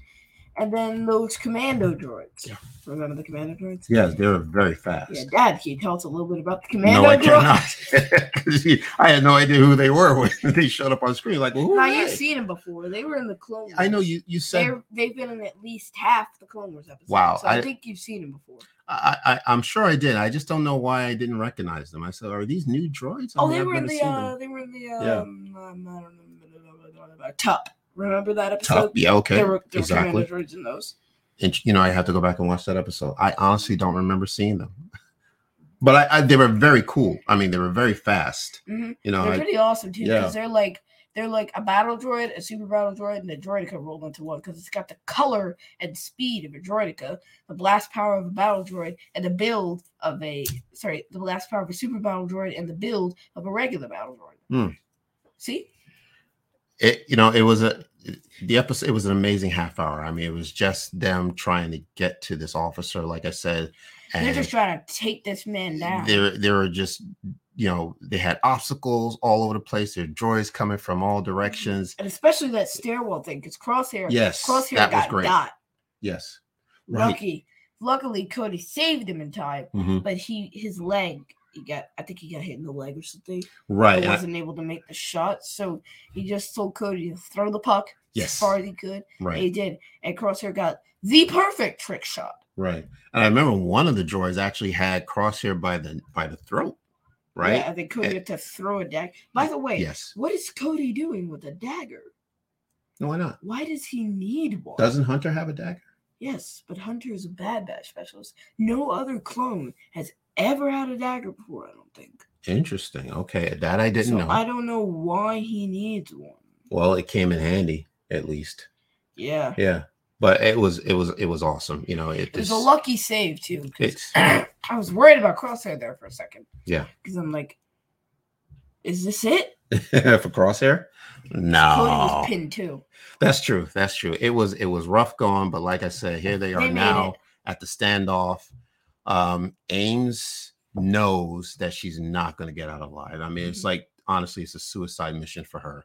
Speaker 2: And then those commando droids.
Speaker 1: Yeah.
Speaker 2: Remember the commando droids?
Speaker 1: Yes, they're very fast.
Speaker 2: Yeah, Dad, can you tell us a little bit about the commando
Speaker 1: No, I
Speaker 2: droids?
Speaker 1: cannot. 'Cause you- I had no idea who they were when they showed up on screen. Like, well, who
Speaker 2: Now
Speaker 1: are
Speaker 2: you've
Speaker 1: they?
Speaker 2: seen them before. They were in the Clone Wars.
Speaker 1: I know you. You said
Speaker 2: They're, they've been in at least half the Clone Wars episodes.
Speaker 1: Wow,
Speaker 2: So I,
Speaker 1: I-
Speaker 2: think you've seen them before.
Speaker 1: I, I. I'm sure I did. I just don't know why I didn't recognize them. I said, "Are these new droids?" I
Speaker 2: Oh,
Speaker 1: mean,
Speaker 2: they
Speaker 1: I've
Speaker 2: were, in
Speaker 1: never
Speaker 2: the,
Speaker 1: seen them.
Speaker 2: uh, they were in the.
Speaker 1: Yeah.
Speaker 2: um, um, I don't know. Tup. Remember that episode?
Speaker 1: Tough. Yeah. Okay.
Speaker 2: There were, there
Speaker 1: exactly.
Speaker 2: were commando droids in those.
Speaker 1: And, you know, I have to go back and watch that episode. I honestly don't remember seeing them, but I, I they were very cool. I mean, they were very fast.
Speaker 2: Mhm.
Speaker 1: You know,
Speaker 2: They're
Speaker 1: I,
Speaker 2: pretty awesome too,
Speaker 1: yeah.
Speaker 2: because they're like they're like a battle droid, a super battle droid, and a droidica rolled into one because it's got the color and speed of a droidica, the blast power of a battle droid, and the build of a sorry, the blast power of a super battle droid and the build of a regular battle droid.
Speaker 1: Hmm.
Speaker 2: See?
Speaker 1: it. You know, it was a. The episode. It was an amazing half hour. I mean, it was just them trying to get to this officer. Like I said,
Speaker 2: They're just trying to take this man down.
Speaker 1: There, there were just, you know, they had obstacles all over the place. There were droids coming from all directions.
Speaker 2: and especially that stairwell thing, because Crosshair
Speaker 1: Yes,
Speaker 2: Crosshair
Speaker 1: that was
Speaker 2: got
Speaker 1: great.
Speaker 2: dot.
Speaker 1: Yes, right.
Speaker 2: Lucky. Luckily, Cody saved him in time,
Speaker 1: hmm
Speaker 2: but he his leg he got I think he got hit in the leg or something.
Speaker 1: Right.
Speaker 2: He
Speaker 1: I-
Speaker 2: wasn't able to make the shot, so he just told Cody to throw the puck
Speaker 1: Yes.
Speaker 2: as far as he could. and He
Speaker 1: right.
Speaker 2: did, and Crosshair got the perfect trick shot.
Speaker 1: Right. And I remember one of the droids actually had Crosshair by the by the throat. Right.
Speaker 2: Yeah, I think Cody
Speaker 1: And-
Speaker 2: had to throw a dagger. By the way,
Speaker 1: Yes.
Speaker 2: what is Cody doing with a dagger?
Speaker 1: No, why not?
Speaker 2: Why does he need one?
Speaker 1: Doesn't Hunter have a dagger?
Speaker 2: Yes, but Hunter is a Bad Batch specialist. No other clone has ever had a dagger before, I don't think.
Speaker 1: Interesting. Okay, that I
Speaker 2: so
Speaker 1: didn't know.
Speaker 2: I don't know why he needs one.
Speaker 1: well, it came in handy at least.
Speaker 2: Yeah.
Speaker 1: Yeah, but it was it was it was awesome. You know, it
Speaker 2: It was
Speaker 1: is.
Speaker 2: a lucky save, too. 'cause
Speaker 1: It's
Speaker 2: I was worried about Crosshair there for a second.
Speaker 1: Yeah.
Speaker 2: Because I'm like, is this it?
Speaker 1: for crosshair.
Speaker 2: Cody
Speaker 1: No,
Speaker 2: was pinned, too.
Speaker 1: that's true. That's true. It was it was rough going, but like I said, here they are
Speaker 2: They made
Speaker 1: now at the standoff. Um, Ames knows that she's not going to get out alive. I mean, it's
Speaker 2: Mhm.
Speaker 1: like honestly, it's a suicide mission for her.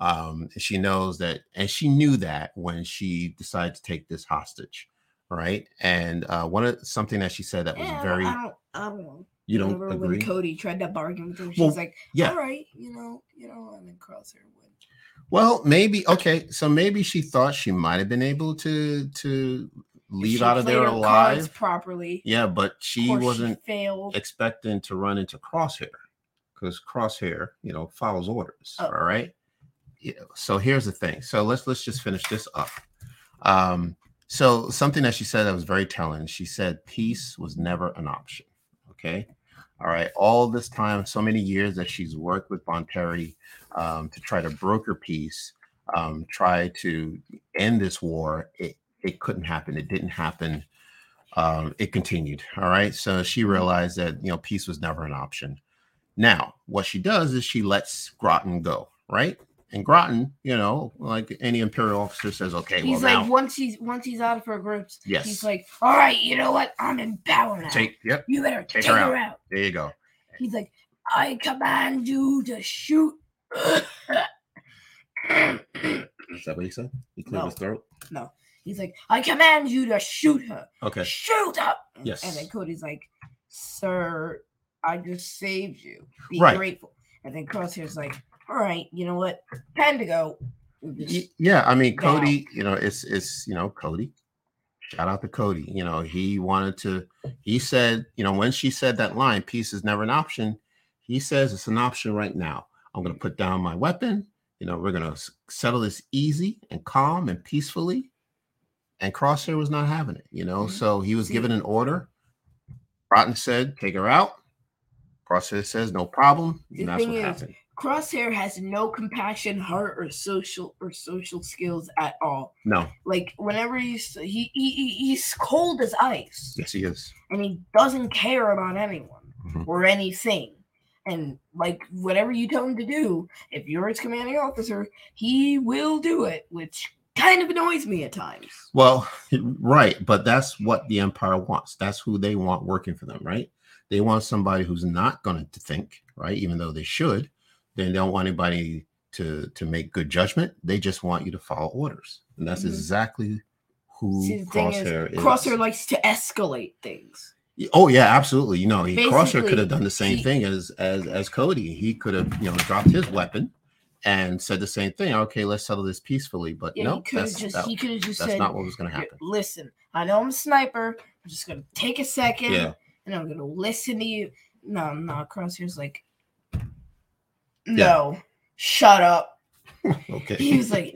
Speaker 1: Um, she knows that, and she knew that when she decided to take this hostage, right? And uh, one of something that she said that was
Speaker 2: Yeah, I don't-
Speaker 1: very
Speaker 2: I don't, I don't know.
Speaker 1: you don't
Speaker 2: Remember
Speaker 1: agree,
Speaker 2: when Cody tried to bargain with her? She's
Speaker 1: Well,
Speaker 2: like,
Speaker 1: yeah.
Speaker 2: all right, you know, you know, and then Crosshair would.
Speaker 1: Well, maybe okay. So maybe she thought she might have been able to to leave
Speaker 2: She
Speaker 1: out of
Speaker 2: played
Speaker 1: there
Speaker 2: her cards
Speaker 1: alive.
Speaker 2: properly.
Speaker 1: Yeah, but
Speaker 2: Of
Speaker 1: she
Speaker 2: course
Speaker 1: wasn't
Speaker 2: failed.
Speaker 1: expecting to run into Crosshair because Crosshair, you know, follows orders.
Speaker 2: Oh.
Speaker 1: All right. Yeah, so here's the thing. So let's let's just finish this up. Um, so something that she said that was very telling. She said peace was never an option. Okay. All right. All this time, so many years that she's worked with Von Terry um, to try to broker peace, um, try to end this war. It it couldn't happen. It didn't happen. Um, it continued. All right. So she
Speaker 2: Mm-hmm.
Speaker 1: realized that you know peace was never an option. Now, what she does is she lets Groton go. Right. And Groton, you know, like any imperial officer says, okay,
Speaker 2: he's
Speaker 1: well
Speaker 2: like
Speaker 1: now
Speaker 2: once he's once he's out of her grips,
Speaker 1: Yes.
Speaker 2: he's like, all right, you know what? I'm in power now.
Speaker 1: take. Yep.
Speaker 2: you better
Speaker 1: take
Speaker 2: take,
Speaker 1: her
Speaker 2: her,
Speaker 1: out."
Speaker 2: out.
Speaker 1: There you go.
Speaker 2: He's like, I command you to shoot.
Speaker 1: Is that what he said? He
Speaker 2: cleared his
Speaker 1: throat.
Speaker 2: he's like, I command you to shoot her.
Speaker 1: Okay.
Speaker 2: Shoot her.
Speaker 1: Yes.
Speaker 2: And then Cody's like, Sir, I just saved you. Be
Speaker 1: Right.
Speaker 2: grateful. And then Crosshair's like, All right, you know what? Time to go. We'll just-
Speaker 1: Y- Yeah, I mean
Speaker 2: Now-
Speaker 1: Cody, you know, it's it's you know Cody. Shout out to Cody. You know, he wanted to. He said, you know, when she said that line, "Peace is never an option," he says it's an option right now. I'm going to put down my weapon. You know, we're going to settle this easy and calm and peacefully. And Crosshair was not having it. You know,
Speaker 2: Mhm.
Speaker 1: so he was
Speaker 2: See-
Speaker 1: given an order. Rotten said, "Take her out." Crosshair says, "No problem."
Speaker 2: The
Speaker 1: And that's
Speaker 2: thing
Speaker 1: what
Speaker 2: is,
Speaker 1: happened.
Speaker 2: Crosshair has no compassion, heart, or social or social skills at all.
Speaker 1: No,
Speaker 2: Like whenever he's he, he he- he's cold as ice,
Speaker 1: yes, he is.
Speaker 2: and he doesn't care about anyone
Speaker 1: Mhm.
Speaker 2: or anything. And like whatever you tell him to do, if you're his commanding officer, he will do it, which kind of annoys me at times.
Speaker 1: Well, right, but that's what the empire wants. That's who they want working for them, right? They want somebody who's not going to think, right? Even though they should, they don't want anybody to to make good judgment. They just want you to follow orders, and that's
Speaker 2: Mhm.
Speaker 1: exactly who
Speaker 2: See, the thing is,
Speaker 1: Crosshair is.
Speaker 2: Crosshair likes to escalate things.
Speaker 1: Oh yeah, absolutely. You know, he, Crosshair could
Speaker 2: Basically,
Speaker 1: have done the same
Speaker 2: he-
Speaker 1: thing as as as Cody. He could have you know dropped his weapon and said the same thing. Okay, let's settle this peacefully. But
Speaker 2: Yeah, he
Speaker 1: no,
Speaker 2: could have
Speaker 1: that's
Speaker 2: just
Speaker 1: that-
Speaker 2: he could have just
Speaker 1: that's
Speaker 2: said,
Speaker 1: not what was going to
Speaker 2: "Yeah,
Speaker 1: happen.
Speaker 2: Listen, I know I'm a sniper. I'm just gonna take a second
Speaker 1: Yeah.
Speaker 2: and I'm gonna listen to you. No, no, Crosshair's like,
Speaker 1: Yeah.
Speaker 2: no, shut up.
Speaker 1: Okay.
Speaker 2: He was like,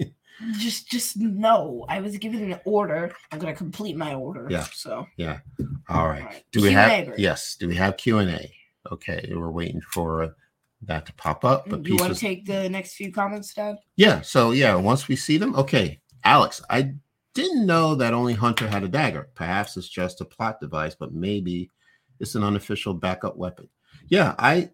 Speaker 2: just, just no. I was given an order. I'm gonna complete my order.
Speaker 1: Yeah.
Speaker 2: So,
Speaker 1: All right.
Speaker 2: all right.
Speaker 1: Do we
Speaker 2: Q&A
Speaker 1: have
Speaker 2: break.
Speaker 1: yes? Do we have Q and A? Okay, we're waiting for that to pop up. But
Speaker 2: you
Speaker 1: peace
Speaker 2: want to
Speaker 1: was,
Speaker 2: take the next few comments down?
Speaker 1: yeah. So yeah, once we see them, okay. Alex, I didn't know that only Hunter had a dagger. Perhaps it's just a plot device, but maybe it's an unofficial backup weapon. Yeah, I.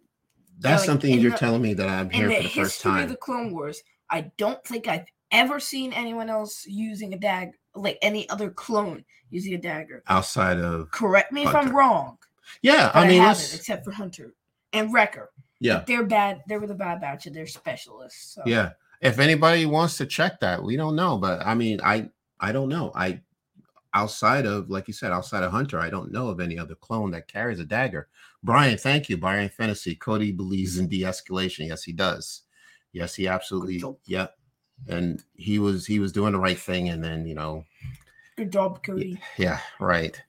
Speaker 1: That's
Speaker 2: like,
Speaker 1: something
Speaker 2: Oh, in
Speaker 1: you're
Speaker 2: the-
Speaker 1: telling me that I'm
Speaker 2: In
Speaker 1: hearing
Speaker 2: the
Speaker 1: for the first
Speaker 2: history of
Speaker 1: time.
Speaker 2: the Clone Wars, I don't think I've ever seen anyone else using a dagger, like any other clone using a dagger.
Speaker 1: Outside of
Speaker 2: Correct me if
Speaker 1: Hunter.
Speaker 2: I'm wrong.
Speaker 1: yeah,
Speaker 2: But
Speaker 1: I mean,
Speaker 2: haven't,
Speaker 1: let's-
Speaker 2: except for Hunter and Wrecker.
Speaker 1: yeah,
Speaker 2: They're bad. They were the bad batch, and they're specialists. So.
Speaker 1: yeah if anybody wants to check that we don't know but i mean i i don't know i outside of, like you said, outside of Hunter, I don't know of any other clone that carries a dagger. Brian, thank you. Brian Fantasy. Cody believes in de-escalation. Yes, he does. Yes, he absolutely.
Speaker 2: job.
Speaker 1: Yeah. And he was he was doing the right thing, and then you know,
Speaker 2: Good job, Cody.
Speaker 1: yeah, right.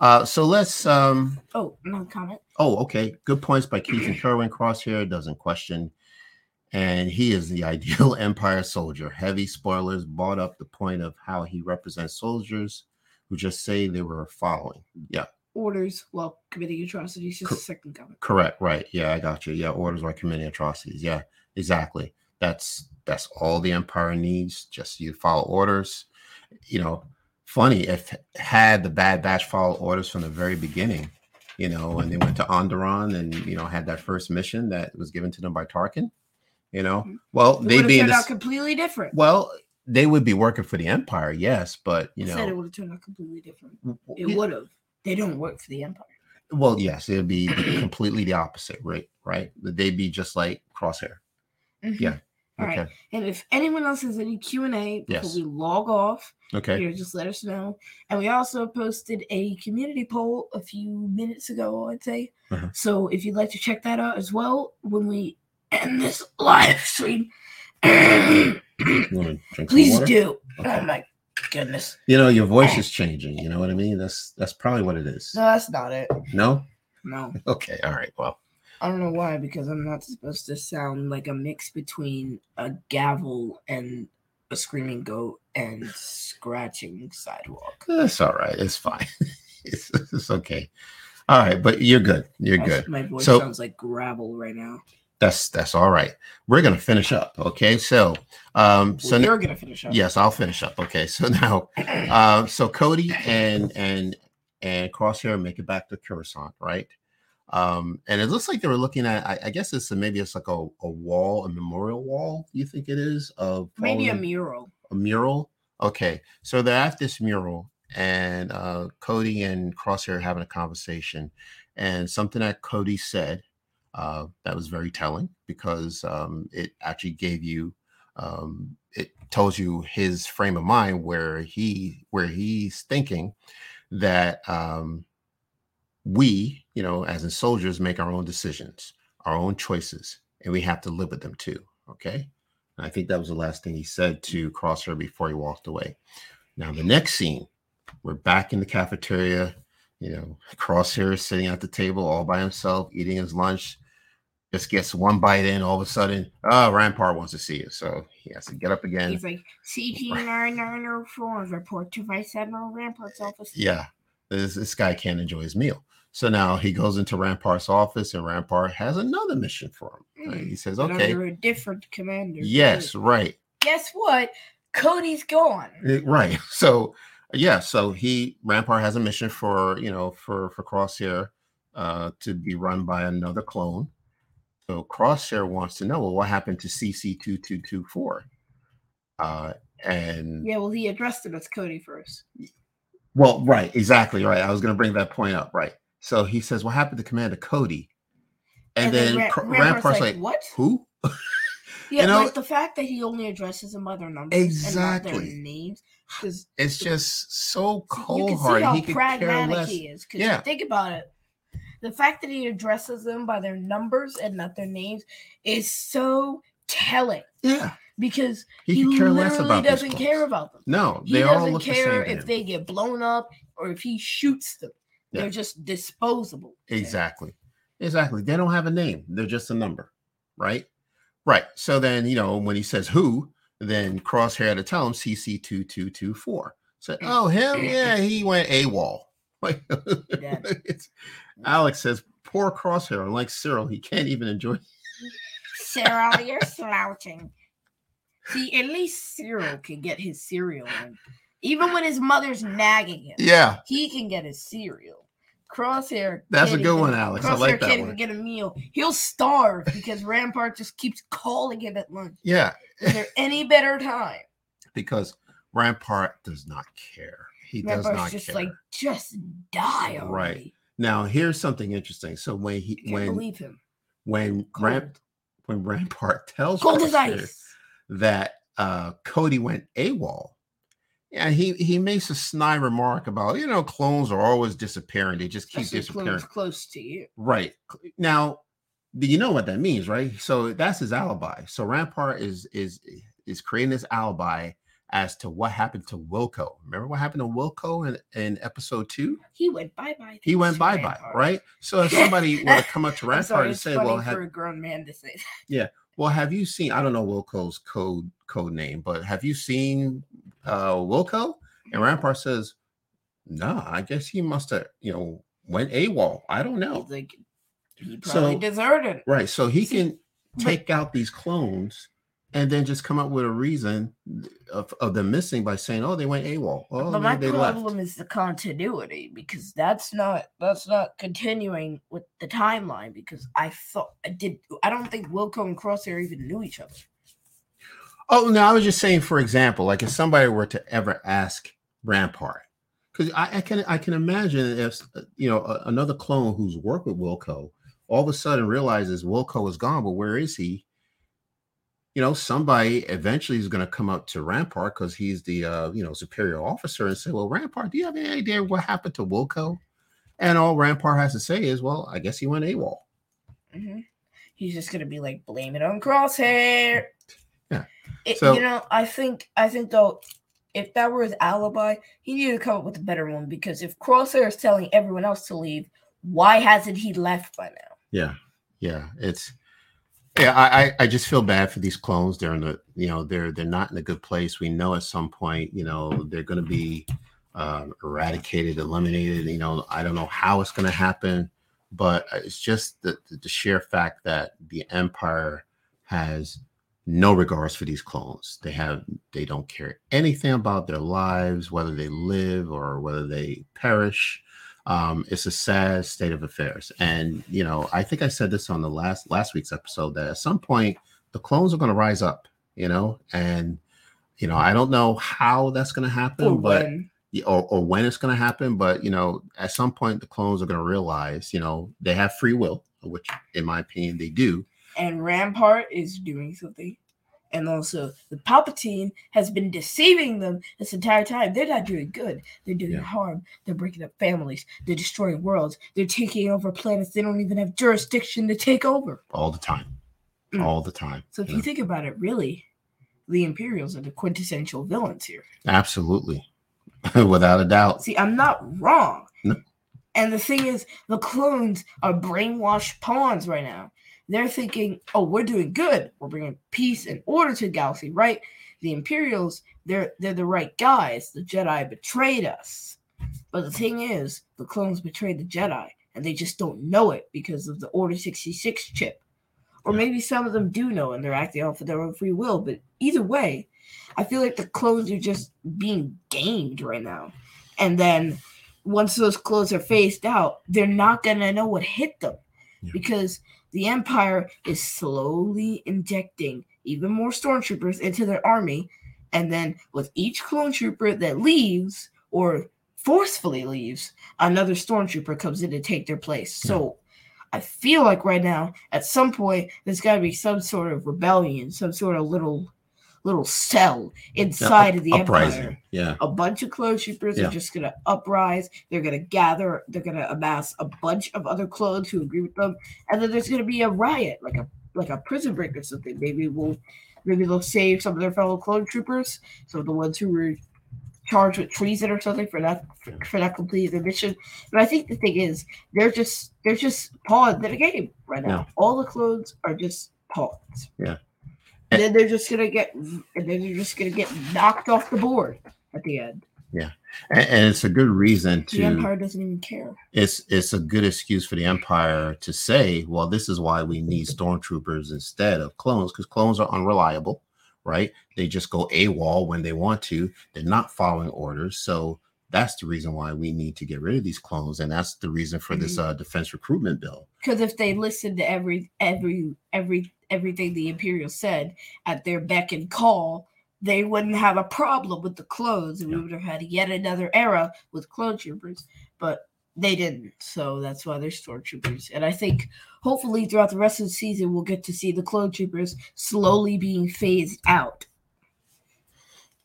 Speaker 1: Uh, so let's um
Speaker 2: Oh, another comment.
Speaker 1: Oh, okay. Good points by Keith and Kerwin. Crosshair doesn't question. And he is the ideal Empire soldier. Heavy spoilers brought up the point of how he represents soldiers who just say they were following. Yeah,
Speaker 2: Orders while committing atrocities. Just
Speaker 1: Cor-
Speaker 2: a second comment.
Speaker 1: correct. Right. Yeah, I got you. Yeah, orders are committing atrocities. Yeah, exactly. That's that's all the Empire needs. Just you follow orders. You know, funny if had the Bad Batch followed orders from the very beginning, you know, and they went to Onderon and you know had that first mission that was given to them by Tarkin, you know.
Speaker 2: Mhm.
Speaker 1: Well,
Speaker 2: It
Speaker 1: they
Speaker 2: would've
Speaker 1: being
Speaker 2: turned
Speaker 1: the,
Speaker 2: out completely different.
Speaker 1: well, they would be working for the Empire, yes, but you
Speaker 2: I said it
Speaker 1: know,
Speaker 2: would have turned out completely different. It
Speaker 1: w-
Speaker 2: would have. They don't work for the Empire.
Speaker 1: well, yes, it'd be completely the opposite, right? Right? They'd be just like Crosshair.
Speaker 2: Mhm.
Speaker 1: Yeah.
Speaker 2: All right.
Speaker 1: Okay.
Speaker 2: And if anyone else has any Q and A before
Speaker 1: Yes.
Speaker 2: we log off,
Speaker 1: Okay.
Speaker 2: you know, just let us know. And we also posted a community poll a few minutes ago, I'd say.
Speaker 1: Uh-huh.
Speaker 2: So if you'd like to check that out as well when we end this live stream, please
Speaker 1: You want to drink some water?
Speaker 2: do. Oh
Speaker 1: Okay.
Speaker 2: my goodness.
Speaker 1: You know, your voice is changing. You know what I mean? That's that's probably what it is.
Speaker 2: No, that's not it.
Speaker 1: No?
Speaker 2: No.
Speaker 1: Okay. All right. Well,
Speaker 2: I don't know why, because I'm not supposed to sound like a mix between a gavel and a screaming goat and scratching sidewalk.
Speaker 1: that's all right. It's fine. it's, it's okay. All right, but you're good. You're
Speaker 2: Also,
Speaker 1: good.
Speaker 2: My voice
Speaker 1: So-
Speaker 2: sounds like gravel right now.
Speaker 1: That's that's all right. We're gonna finish up. Okay. So um so
Speaker 2: Well,
Speaker 1: now,
Speaker 2: you're gonna finish up.
Speaker 1: yes, I'll finish up. Okay. So now uh so Cody and and and Crosshair make it back to Coruscant, right? Um, and it looks like they were looking at I, I guess it's a, maybe it's like a, a wall, a memorial wall, you think it is of
Speaker 2: Maybe a
Speaker 1: fallen-
Speaker 2: mural.
Speaker 1: a mural. Okay, so they're at this mural, and uh, Cody and Crosshair are having a conversation, and something that Cody said uh, that was very telling because um, it actually gave you, um, it tells you his frame of mind where he where he's thinking that um, we, you know, as in soldiers, make our own decisions, our own choices, and we have to live with them too. Okay. And I think that was the last thing he said to Crosshair before he walked away. Now, the next scene, we're back in the cafeteria. You know, Crosshair is sitting at the table all by himself, eating his lunch. Just gets one bite in, all of a sudden, oh, Rampart wants to see you. So he has to get up again.
Speaker 2: He's like CT9904 report to Vice Admiral Rampart's office.
Speaker 1: yeah, this, this guy can't enjoy his meal. So now he goes into Rampart's office, and Rampart has another mission for him. right?
Speaker 2: Mm,
Speaker 1: He says,
Speaker 2: but
Speaker 1: "Okay,
Speaker 2: Under a different commander.
Speaker 1: yes, right,
Speaker 2: Guess what? Cody's gone.
Speaker 1: eh, right." So yeah, so he Rampart has a mission for you know for for Crosshair uh, to be run by another clone. So Crosshair wants to know, well, what happened to CC two two two four? Uh, and
Speaker 2: Yeah, well, he addressed him as Cody first.
Speaker 1: Well, right, exactly, right. I was going to bring that point up, right? So he says, "What happened to Commander Cody?" And, then,
Speaker 2: Ra-
Speaker 1: Cr- Rampart's like,
Speaker 2: "What?
Speaker 1: "Who?"
Speaker 2: Yeah,
Speaker 1: know-
Speaker 2: like the fact that he only addresses them by their numbers and not
Speaker 1: Exactly.
Speaker 2: their names, because
Speaker 1: It's just so
Speaker 2: you can
Speaker 1: cold
Speaker 2: see
Speaker 1: hearted.
Speaker 2: how
Speaker 1: He could care
Speaker 2: pragmatic
Speaker 1: less.
Speaker 2: he is. Because
Speaker 1: Yeah.
Speaker 2: think about it, the fact that he addresses them by their numbers and not their names is so telling.
Speaker 1: Yeah,
Speaker 2: Because
Speaker 1: he,
Speaker 2: he,
Speaker 1: could care less
Speaker 2: literally
Speaker 1: about. these
Speaker 2: doesn't care
Speaker 1: folks.
Speaker 2: about them.
Speaker 1: No,
Speaker 2: He
Speaker 1: they all
Speaker 2: doesn't
Speaker 1: look the same.
Speaker 2: care
Speaker 1: to
Speaker 2: if
Speaker 1: him.
Speaker 2: they get blown up or if he shoots them.
Speaker 1: Yeah.
Speaker 2: They're just disposable. to him.
Speaker 1: Exactly. Exactly. They don't have a name. They're just a number, right? Right. So then, you know, when he says who, then Crosshair had to tell him CC2224. Said, oh, him? Yeah, he went AWOL. Like,
Speaker 2: Yeah.
Speaker 1: it's- Alex says, poor Crosshair, unlike Cyril, he can't even enjoy.
Speaker 2: Cyril, you're slouching. See, at least Cyril can get his cereal in. Even when his mother's nagging him,
Speaker 1: Yeah,
Speaker 2: he can get his cereal. Crosshair.
Speaker 1: that's a
Speaker 2: can't
Speaker 1: good
Speaker 2: even-
Speaker 1: one, Alex. I
Speaker 2: Crosshair
Speaker 1: like
Speaker 2: can't
Speaker 1: that
Speaker 2: even
Speaker 1: one.
Speaker 2: get a meal. He'll starve because Rampart just keeps calling him at lunch.
Speaker 1: Yeah,
Speaker 2: Is there any better time?
Speaker 1: because Rampart does not care. He does
Speaker 2: Rampart's
Speaker 1: not
Speaker 2: just
Speaker 1: care.
Speaker 2: like, just die
Speaker 1: Right.
Speaker 2: already.
Speaker 1: now, here's something interesting. So when he
Speaker 2: Can't
Speaker 1: when
Speaker 2: believe him.
Speaker 1: when Ramp
Speaker 2: Cold,
Speaker 1: when Rampart tells
Speaker 2: cold as
Speaker 1: Crosshair
Speaker 2: ice.
Speaker 1: that uh, Cody went AWOL, Yeah, he he makes a snide remark about you know clones are always disappearing. They just keep
Speaker 2: Especially
Speaker 1: disappearing.
Speaker 2: close, close to you.
Speaker 1: Right now, do you know what that means, right? So that's his alibi. So Rampart is is is creating this alibi as to what happened to Wilco. Remember what happened to Wilco in, in episode two?
Speaker 2: He went bye bye.
Speaker 1: He went bye bye, right? So if somebody were to come up to
Speaker 2: I'm
Speaker 1: Rampart
Speaker 2: sorry,
Speaker 1: and
Speaker 2: it's
Speaker 1: say,
Speaker 2: funny
Speaker 1: "Well,
Speaker 2: for
Speaker 1: have,
Speaker 2: a grown man to say that.
Speaker 1: well, have you seen? I don't know Wilco's code code name, but have you seen uh, Wilco?" And Rampart says, "Nah, I guess he must have, you know, went AWOL. I don't know."
Speaker 2: He's like, he
Speaker 1: So-
Speaker 2: probably deserted.
Speaker 1: Right. So he
Speaker 2: See,
Speaker 1: can take out these clones and then just come up with a reason of, of them missing by saying, "Oh, they went AWOL.
Speaker 2: but
Speaker 1: Oh, no,
Speaker 2: my
Speaker 1: they
Speaker 2: problem
Speaker 1: left."
Speaker 2: is the continuity because that's not that's not continuing with the timeline because I thought I did I don't think Wilco and Crosshair even knew each other.
Speaker 1: Oh no, I was just saying, for example, like if somebody were to ever ask Rampart, because I, I can I can imagine if you know a, another clone who's worked with Wilco all of a sudden realizes Wilco is gone, but where is he? You know, somebody eventually is going to come up to Rampart because he's the uh, you know superior officer and say, "Well, Rampart, do you have any idea what happened to Wilco?" And all Rampart has to say is, "Well, I guess he went AWOL."
Speaker 2: hmm He's just gonna be like, blame it on Crosshair.
Speaker 1: Yeah.
Speaker 2: It-
Speaker 1: So-
Speaker 2: you know, I think I think though, if that were his alibi, he needed to come up with a better one because if Crosshair is telling everyone else to leave, why hasn't he left by now?
Speaker 1: Yeah, yeah, it's yeah. I I- I just feel bad for these clones. They're in the you know they're they're not in a good place. We know at some point you know they're going to be um, eradicated, eliminated. You know I don't know how it's going to happen, but uh, it's just the, the the sheer fact that the empire has no regards for these clones. They have they don't care anything about their lives, whether they live or whether they perish um, it's a sad state of affairs. And you know, I think I said this on the last last week's episode that at some point the clones are going to rise up. You know, and you know, I don't know how that's going to happen,
Speaker 2: Or
Speaker 1: Oh, but
Speaker 2: when?
Speaker 1: yeah, or, or when it's going to happen. But you know, at some point the clones are going to realize, you know, they have free will, which in my opinion they do.
Speaker 2: And Rampart is doing something. And also, the Palpatine has been deceiving them this entire time. They're not doing good. They're doing
Speaker 1: Yeah.
Speaker 2: harm. They're breaking up families. They're destroying worlds. They're taking over planets they don't even have jurisdiction to take over.
Speaker 1: all the time,
Speaker 2: Mm.
Speaker 1: all the time.
Speaker 2: So if
Speaker 1: you
Speaker 2: you
Speaker 1: know?
Speaker 2: think about it, really, the Imperials are the quintessential villains here.
Speaker 1: Absolutely, without a doubt.
Speaker 2: See, I'm not wrong.
Speaker 1: No.
Speaker 2: And the thing is, the clones are brainwashed pawns right now. They're thinking, "Oh, we're doing good. We're bringing peace and order to the galaxy, right?" The Imperials, they're they're the right guys. The Jedi betrayed us. But the thing is, the clones betrayed the Jedi, and they just don't know it because of the Order 66 chip. Or
Speaker 1: Yeah.
Speaker 2: maybe some of them do know and they're acting off of their own free will, but either way, I feel like the clones are just being gamed right now. And then once those clothes are phased out, they're not going to know what hit them
Speaker 1: Yeah.
Speaker 2: because the Empire is slowly injecting even more stormtroopers into their army. And then with each clone trooper that leaves or forcefully leaves, another stormtrooper comes in to take their place. So I feel like right now, at some point, there's got to be some sort of rebellion, some sort of little little cell
Speaker 1: Yeah,
Speaker 2: inside
Speaker 1: up-
Speaker 2: of the Empire
Speaker 1: uprising. Yeah,
Speaker 2: a bunch of clone troopers
Speaker 1: Yeah.
Speaker 2: are just gonna uprise. They're gonna gather. They're gonna amass a bunch of other clones who agree with them, and then there's gonna be a riot, like a like a prison break or something. Maybe we'll maybe they'll save some of their fellow clone troopers, so the ones who were charged with treason or something for not for, for not completing their mission. But I think the thing is, they're just they're just pawns in a game right now.
Speaker 1: Yeah.
Speaker 2: All the clones are just pawns.
Speaker 1: Yeah.
Speaker 2: And then they're just gonna get, and then they're just gonna get knocked off the board at the end.
Speaker 1: and, and it's a good reason to.
Speaker 2: The Empire doesn't even care.
Speaker 1: it's it's a good excuse for the empire to say well this is why we need stormtroopers instead of clones because clones are unreliable right they just go awol when they want to they're not following orders so that's the reason why we need to get rid of these clones and that's the reason for this
Speaker 2: Mhm.
Speaker 1: uh, defense recruitment bill
Speaker 2: Because if they listened to every every every everything the Imperial said at their beck and call, they wouldn't have a problem with the clones, and
Speaker 1: Yeah.
Speaker 2: we would have had yet another era with clone troopers. But they didn't, so that's why they're stormtroopers. And I think hopefully throughout the rest of the season, we'll get to see the clone troopers slowly being phased out.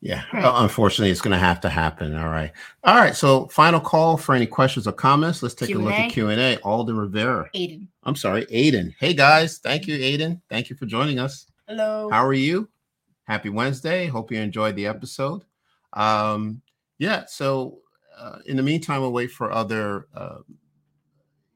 Speaker 1: Yeah,
Speaker 2: Right.
Speaker 1: uh, unfortunately, it's going to have to happen. All right, all right. So, final call for any questions or comments. Let's take a look at Q and A. Alden Rivera.
Speaker 2: Aiden.
Speaker 1: I'm sorry, Aiden. Hey guys, thank you, Aiden. Thank you for joining us.
Speaker 2: Hello.
Speaker 1: How are you? Happy Wednesday. Hope you enjoyed the episode. Um, yeah. So, uh, in the meantime, we'll wait for other. Uh,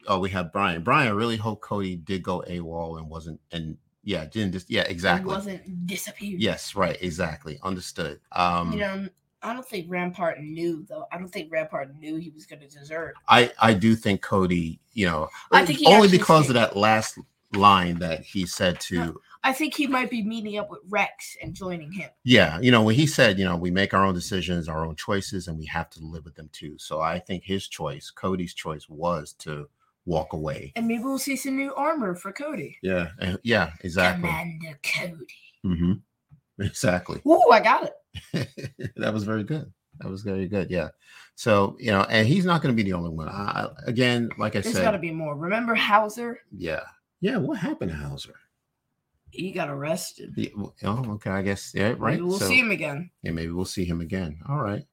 Speaker 1: oh, we have Brian. Brian, I really hope Cody did go AWOL and wasn't. And yeah, didn't just. Yeah,
Speaker 2: It
Speaker 1: exactly.
Speaker 2: wasn't disappeared.
Speaker 1: Yes, right. Exactly. Understood. Um,
Speaker 2: You know, I don't think Rampart knew though. I don't think Rampart knew he was going to desert.
Speaker 1: I I do think Cody, you know,
Speaker 2: I think he
Speaker 1: only
Speaker 2: actually
Speaker 1: because
Speaker 2: stayed.
Speaker 1: of that last line that he said to
Speaker 2: No. I think he might be meeting up with Rex and joining him.
Speaker 1: yeah, you know, when he said, you know, we make our own decisions, our own choices, and we have to live with them too. So I think his choice, Cody's choice, was to walk away.
Speaker 2: And maybe we'll see some new armor for Cody.
Speaker 1: Yeah, and- yeah, exactly,
Speaker 2: Commander Cody.
Speaker 1: hmm exactly.
Speaker 2: Ooh, I got it.
Speaker 1: that was very good. That was very good. Yeah. So you know, and he's not going to be the only one. I, I- again, like I
Speaker 2: There's
Speaker 1: said,
Speaker 2: got to be more. Remember Hauser?
Speaker 1: yeah, yeah. What happened to Hauser?
Speaker 2: He got arrested.
Speaker 1: Yeah, well, oh, okay. I guess yeah, right.
Speaker 2: Maybe we'll
Speaker 1: So-
Speaker 2: see him again.
Speaker 1: and maybe we'll see him again. All right.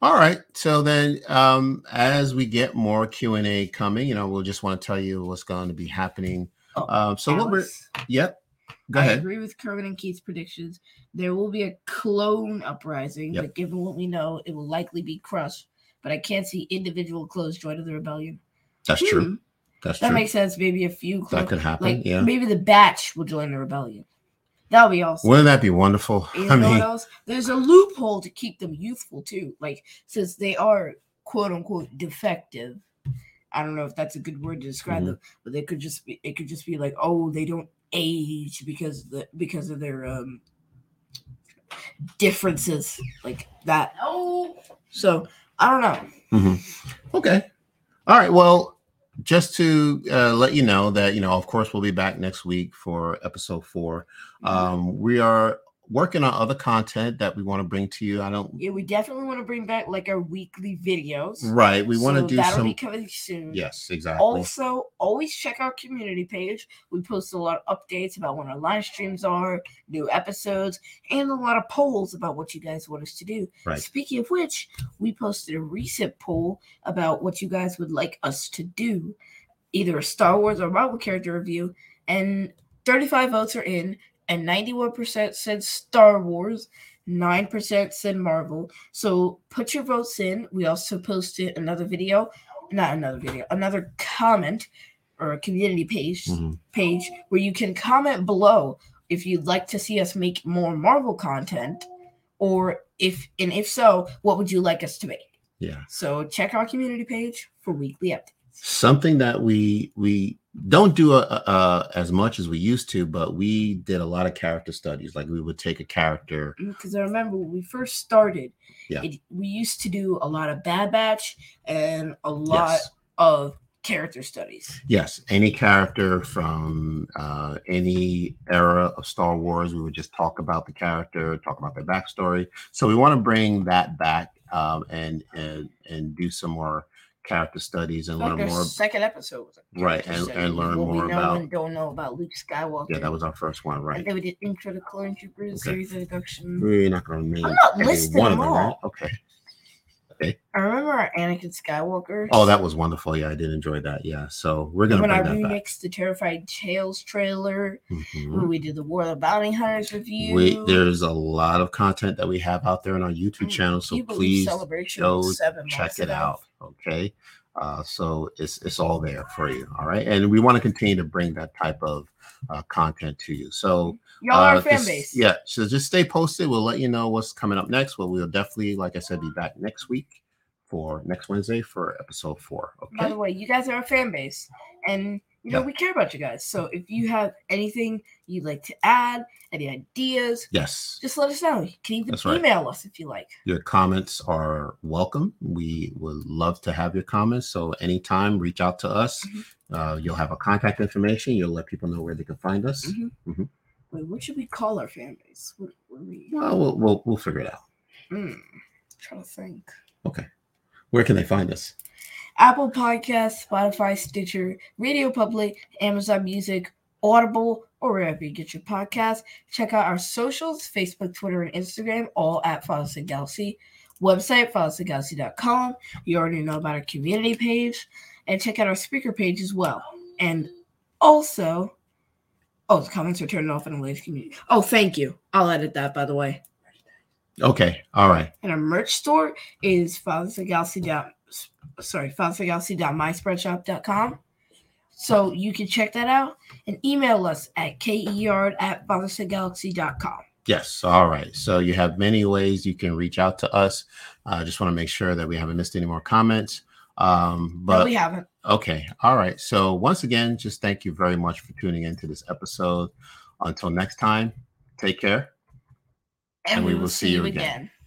Speaker 1: All right. So then um as we get more Q&A coming, you know, we'll just want to tell you what's going to be happening.
Speaker 2: Oh,
Speaker 1: Um so what we're
Speaker 2: Alice?
Speaker 1: Yep. Go
Speaker 2: I
Speaker 1: ahead.
Speaker 2: agree with Kerwin and Keith's predictions. There will be a clone uprising,
Speaker 1: Yep.
Speaker 2: but given what we know, it will likely be crushed. But I can't see individual clones join the rebellion.
Speaker 1: That's
Speaker 2: Hmm,
Speaker 1: true. That's
Speaker 2: That
Speaker 1: true.
Speaker 2: makes sense. Maybe a few
Speaker 1: that
Speaker 2: clones.
Speaker 1: could happen.
Speaker 2: Like
Speaker 1: yeah.
Speaker 2: maybe the batch will join the rebellion. That would be awesome.
Speaker 1: Wouldn't that be wonderful?
Speaker 2: You
Speaker 1: I
Speaker 2: know what
Speaker 1: mean,
Speaker 2: else? There's a loophole to keep them youthful too. Like since they are quote unquote defective. I don't know if that's a good word to describe
Speaker 1: Mhm.
Speaker 2: them, but they could just be it could just be like, oh, they don't age because the because of their um differences like that. Oh so I don't know.
Speaker 1: okay. All right. Well, just to uh, let you know that, you know, of course, we'll be back next week for episode four.
Speaker 2: Mm-hmm.
Speaker 1: Um, we are working on other content that we want to bring to you. I don't,
Speaker 2: yeah, we definitely want to bring back like our weekly videos.
Speaker 1: right. We want to
Speaker 2: So
Speaker 1: do
Speaker 2: that'll
Speaker 1: some,
Speaker 2: be coming soon.
Speaker 1: Yes, exactly.
Speaker 2: Also, always check our community page. We post a lot of updates about when our live streams are, new episodes, and a lot of polls about what you guys want us to do.
Speaker 1: Right.
Speaker 2: Speaking of which, we posted a recent poll about what you guys would like us to do, either a Star Wars or Marvel character review, and 35 votes are in, and 91% said Star Wars. 9% said Marvel. So put your votes in. We also posted another video not another video, another comment or a community page
Speaker 1: Mhm.
Speaker 2: page where you can comment below if you'd like to see us make more Marvel content or if and if so, what would you like us to make?
Speaker 1: Yeah.
Speaker 2: So check our community page for weekly updates.
Speaker 1: Something that we we don't do uh uh as much as we used to, but we did a lot of character studies. Like we would take a character.
Speaker 2: because I remember when we first started,
Speaker 1: Yeah.
Speaker 2: it, we used to do a lot of Bad Batch and a lot
Speaker 1: Yes.
Speaker 2: of character studies.
Speaker 1: Yes, any character from uh, any era of Star Wars, we would just talk about the character, talk about their backstory. So we want to bring that back um, and and and do some more character studies and
Speaker 2: Like
Speaker 1: learn
Speaker 2: our
Speaker 1: more.
Speaker 2: second episode was a
Speaker 1: Right,
Speaker 2: character
Speaker 1: and-
Speaker 2: study,
Speaker 1: and learn
Speaker 2: what we
Speaker 1: more
Speaker 2: know
Speaker 1: about-
Speaker 2: and don't know about Luke Skywalker.
Speaker 1: Yeah, that was our first one,
Speaker 2: Right.
Speaker 1: right?
Speaker 2: Then we did intro to Clone Troopers,
Speaker 1: Okay.
Speaker 2: series introduction.
Speaker 1: We're not going to name
Speaker 2: I'm not
Speaker 1: every
Speaker 2: listing
Speaker 1: one of
Speaker 2: them
Speaker 1: them, right?
Speaker 2: all.
Speaker 1: Okay.
Speaker 2: I remember our Anakin Skywalker.
Speaker 1: Oh, that was wonderful. Yeah, I did enjoy that. Yeah. So we're gonna
Speaker 2: when I
Speaker 1: bring that back.
Speaker 2: remixed the Terrified Tales trailer,
Speaker 1: Mhm.
Speaker 2: when we did the War of the Bounty Hunters review,
Speaker 1: We there's a lot of content that we have out there on our
Speaker 2: Mm,
Speaker 1: YouTube channel, so
Speaker 2: You Believe
Speaker 1: please
Speaker 2: celebration
Speaker 1: go
Speaker 2: was seven
Speaker 1: check
Speaker 2: months
Speaker 1: it
Speaker 2: ago.
Speaker 1: out. Okay. Uh, so it's it's all there for you. All right. And we want to continue to bring that type of uh, content to you. So
Speaker 2: Y'all are
Speaker 1: uh,
Speaker 2: our fan
Speaker 1: just-
Speaker 2: base.
Speaker 1: Yeah. So just stay posted. We'll let you know what's coming up next. Well, we'll definitely, like I said, be back next week for next Wednesday for episode four.
Speaker 2: By
Speaker 1: Okay.
Speaker 2: the way, you guys are a fan base, and you know
Speaker 1: Yeah.
Speaker 2: we care about you guys. So if you have anything you'd like to add, any ideas,
Speaker 1: Yes.
Speaker 2: just let us know. You can even
Speaker 1: That's right.
Speaker 2: email us if you like.
Speaker 1: Your comments are welcome. We would love to have your comments. So anytime, reach out to us.
Speaker 2: Mhm.
Speaker 1: Uh, you'll have our contact information. You'll let people know where they can find us.
Speaker 2: Mhm.
Speaker 1: Mhm.
Speaker 2: Wait, what should we call our fan base? What, what are we?
Speaker 1: Well, we'll we'll, we'll figure it out.
Speaker 2: Hmm. Trying to think.
Speaker 1: Where can they find us?
Speaker 2: Apple Podcasts, Spotify, Stitcher, Radio Public, Amazon Music, Audible, or wherever you get your podcast. Check out our socials Facebook, Twitter, and Instagram, all at Father Galaxy. Website, fathersigalaxy.com. You already know about our community page. And check out our speaker page as well. And also, oh, the comments are turned off in the latest community. Oh, thank you. I'll edit that, by the way.
Speaker 1: Okay. All right.
Speaker 2: And our merch store is fathersigalaxy.com sorry, fathersigalaxy.myspreadshop.com. So you can check that out and email us at keyard at fathersigalaxy.com.
Speaker 1: Yes. All right. So you have many ways you can reach out to us. I just want to make sure that we haven't missed any more comments. Um,
Speaker 2: But
Speaker 1: but
Speaker 2: we haven't.
Speaker 1: okay. All right. So once again, just thank you very much for tuning into this episode. Until next time, take care.
Speaker 2: And, we will see you again.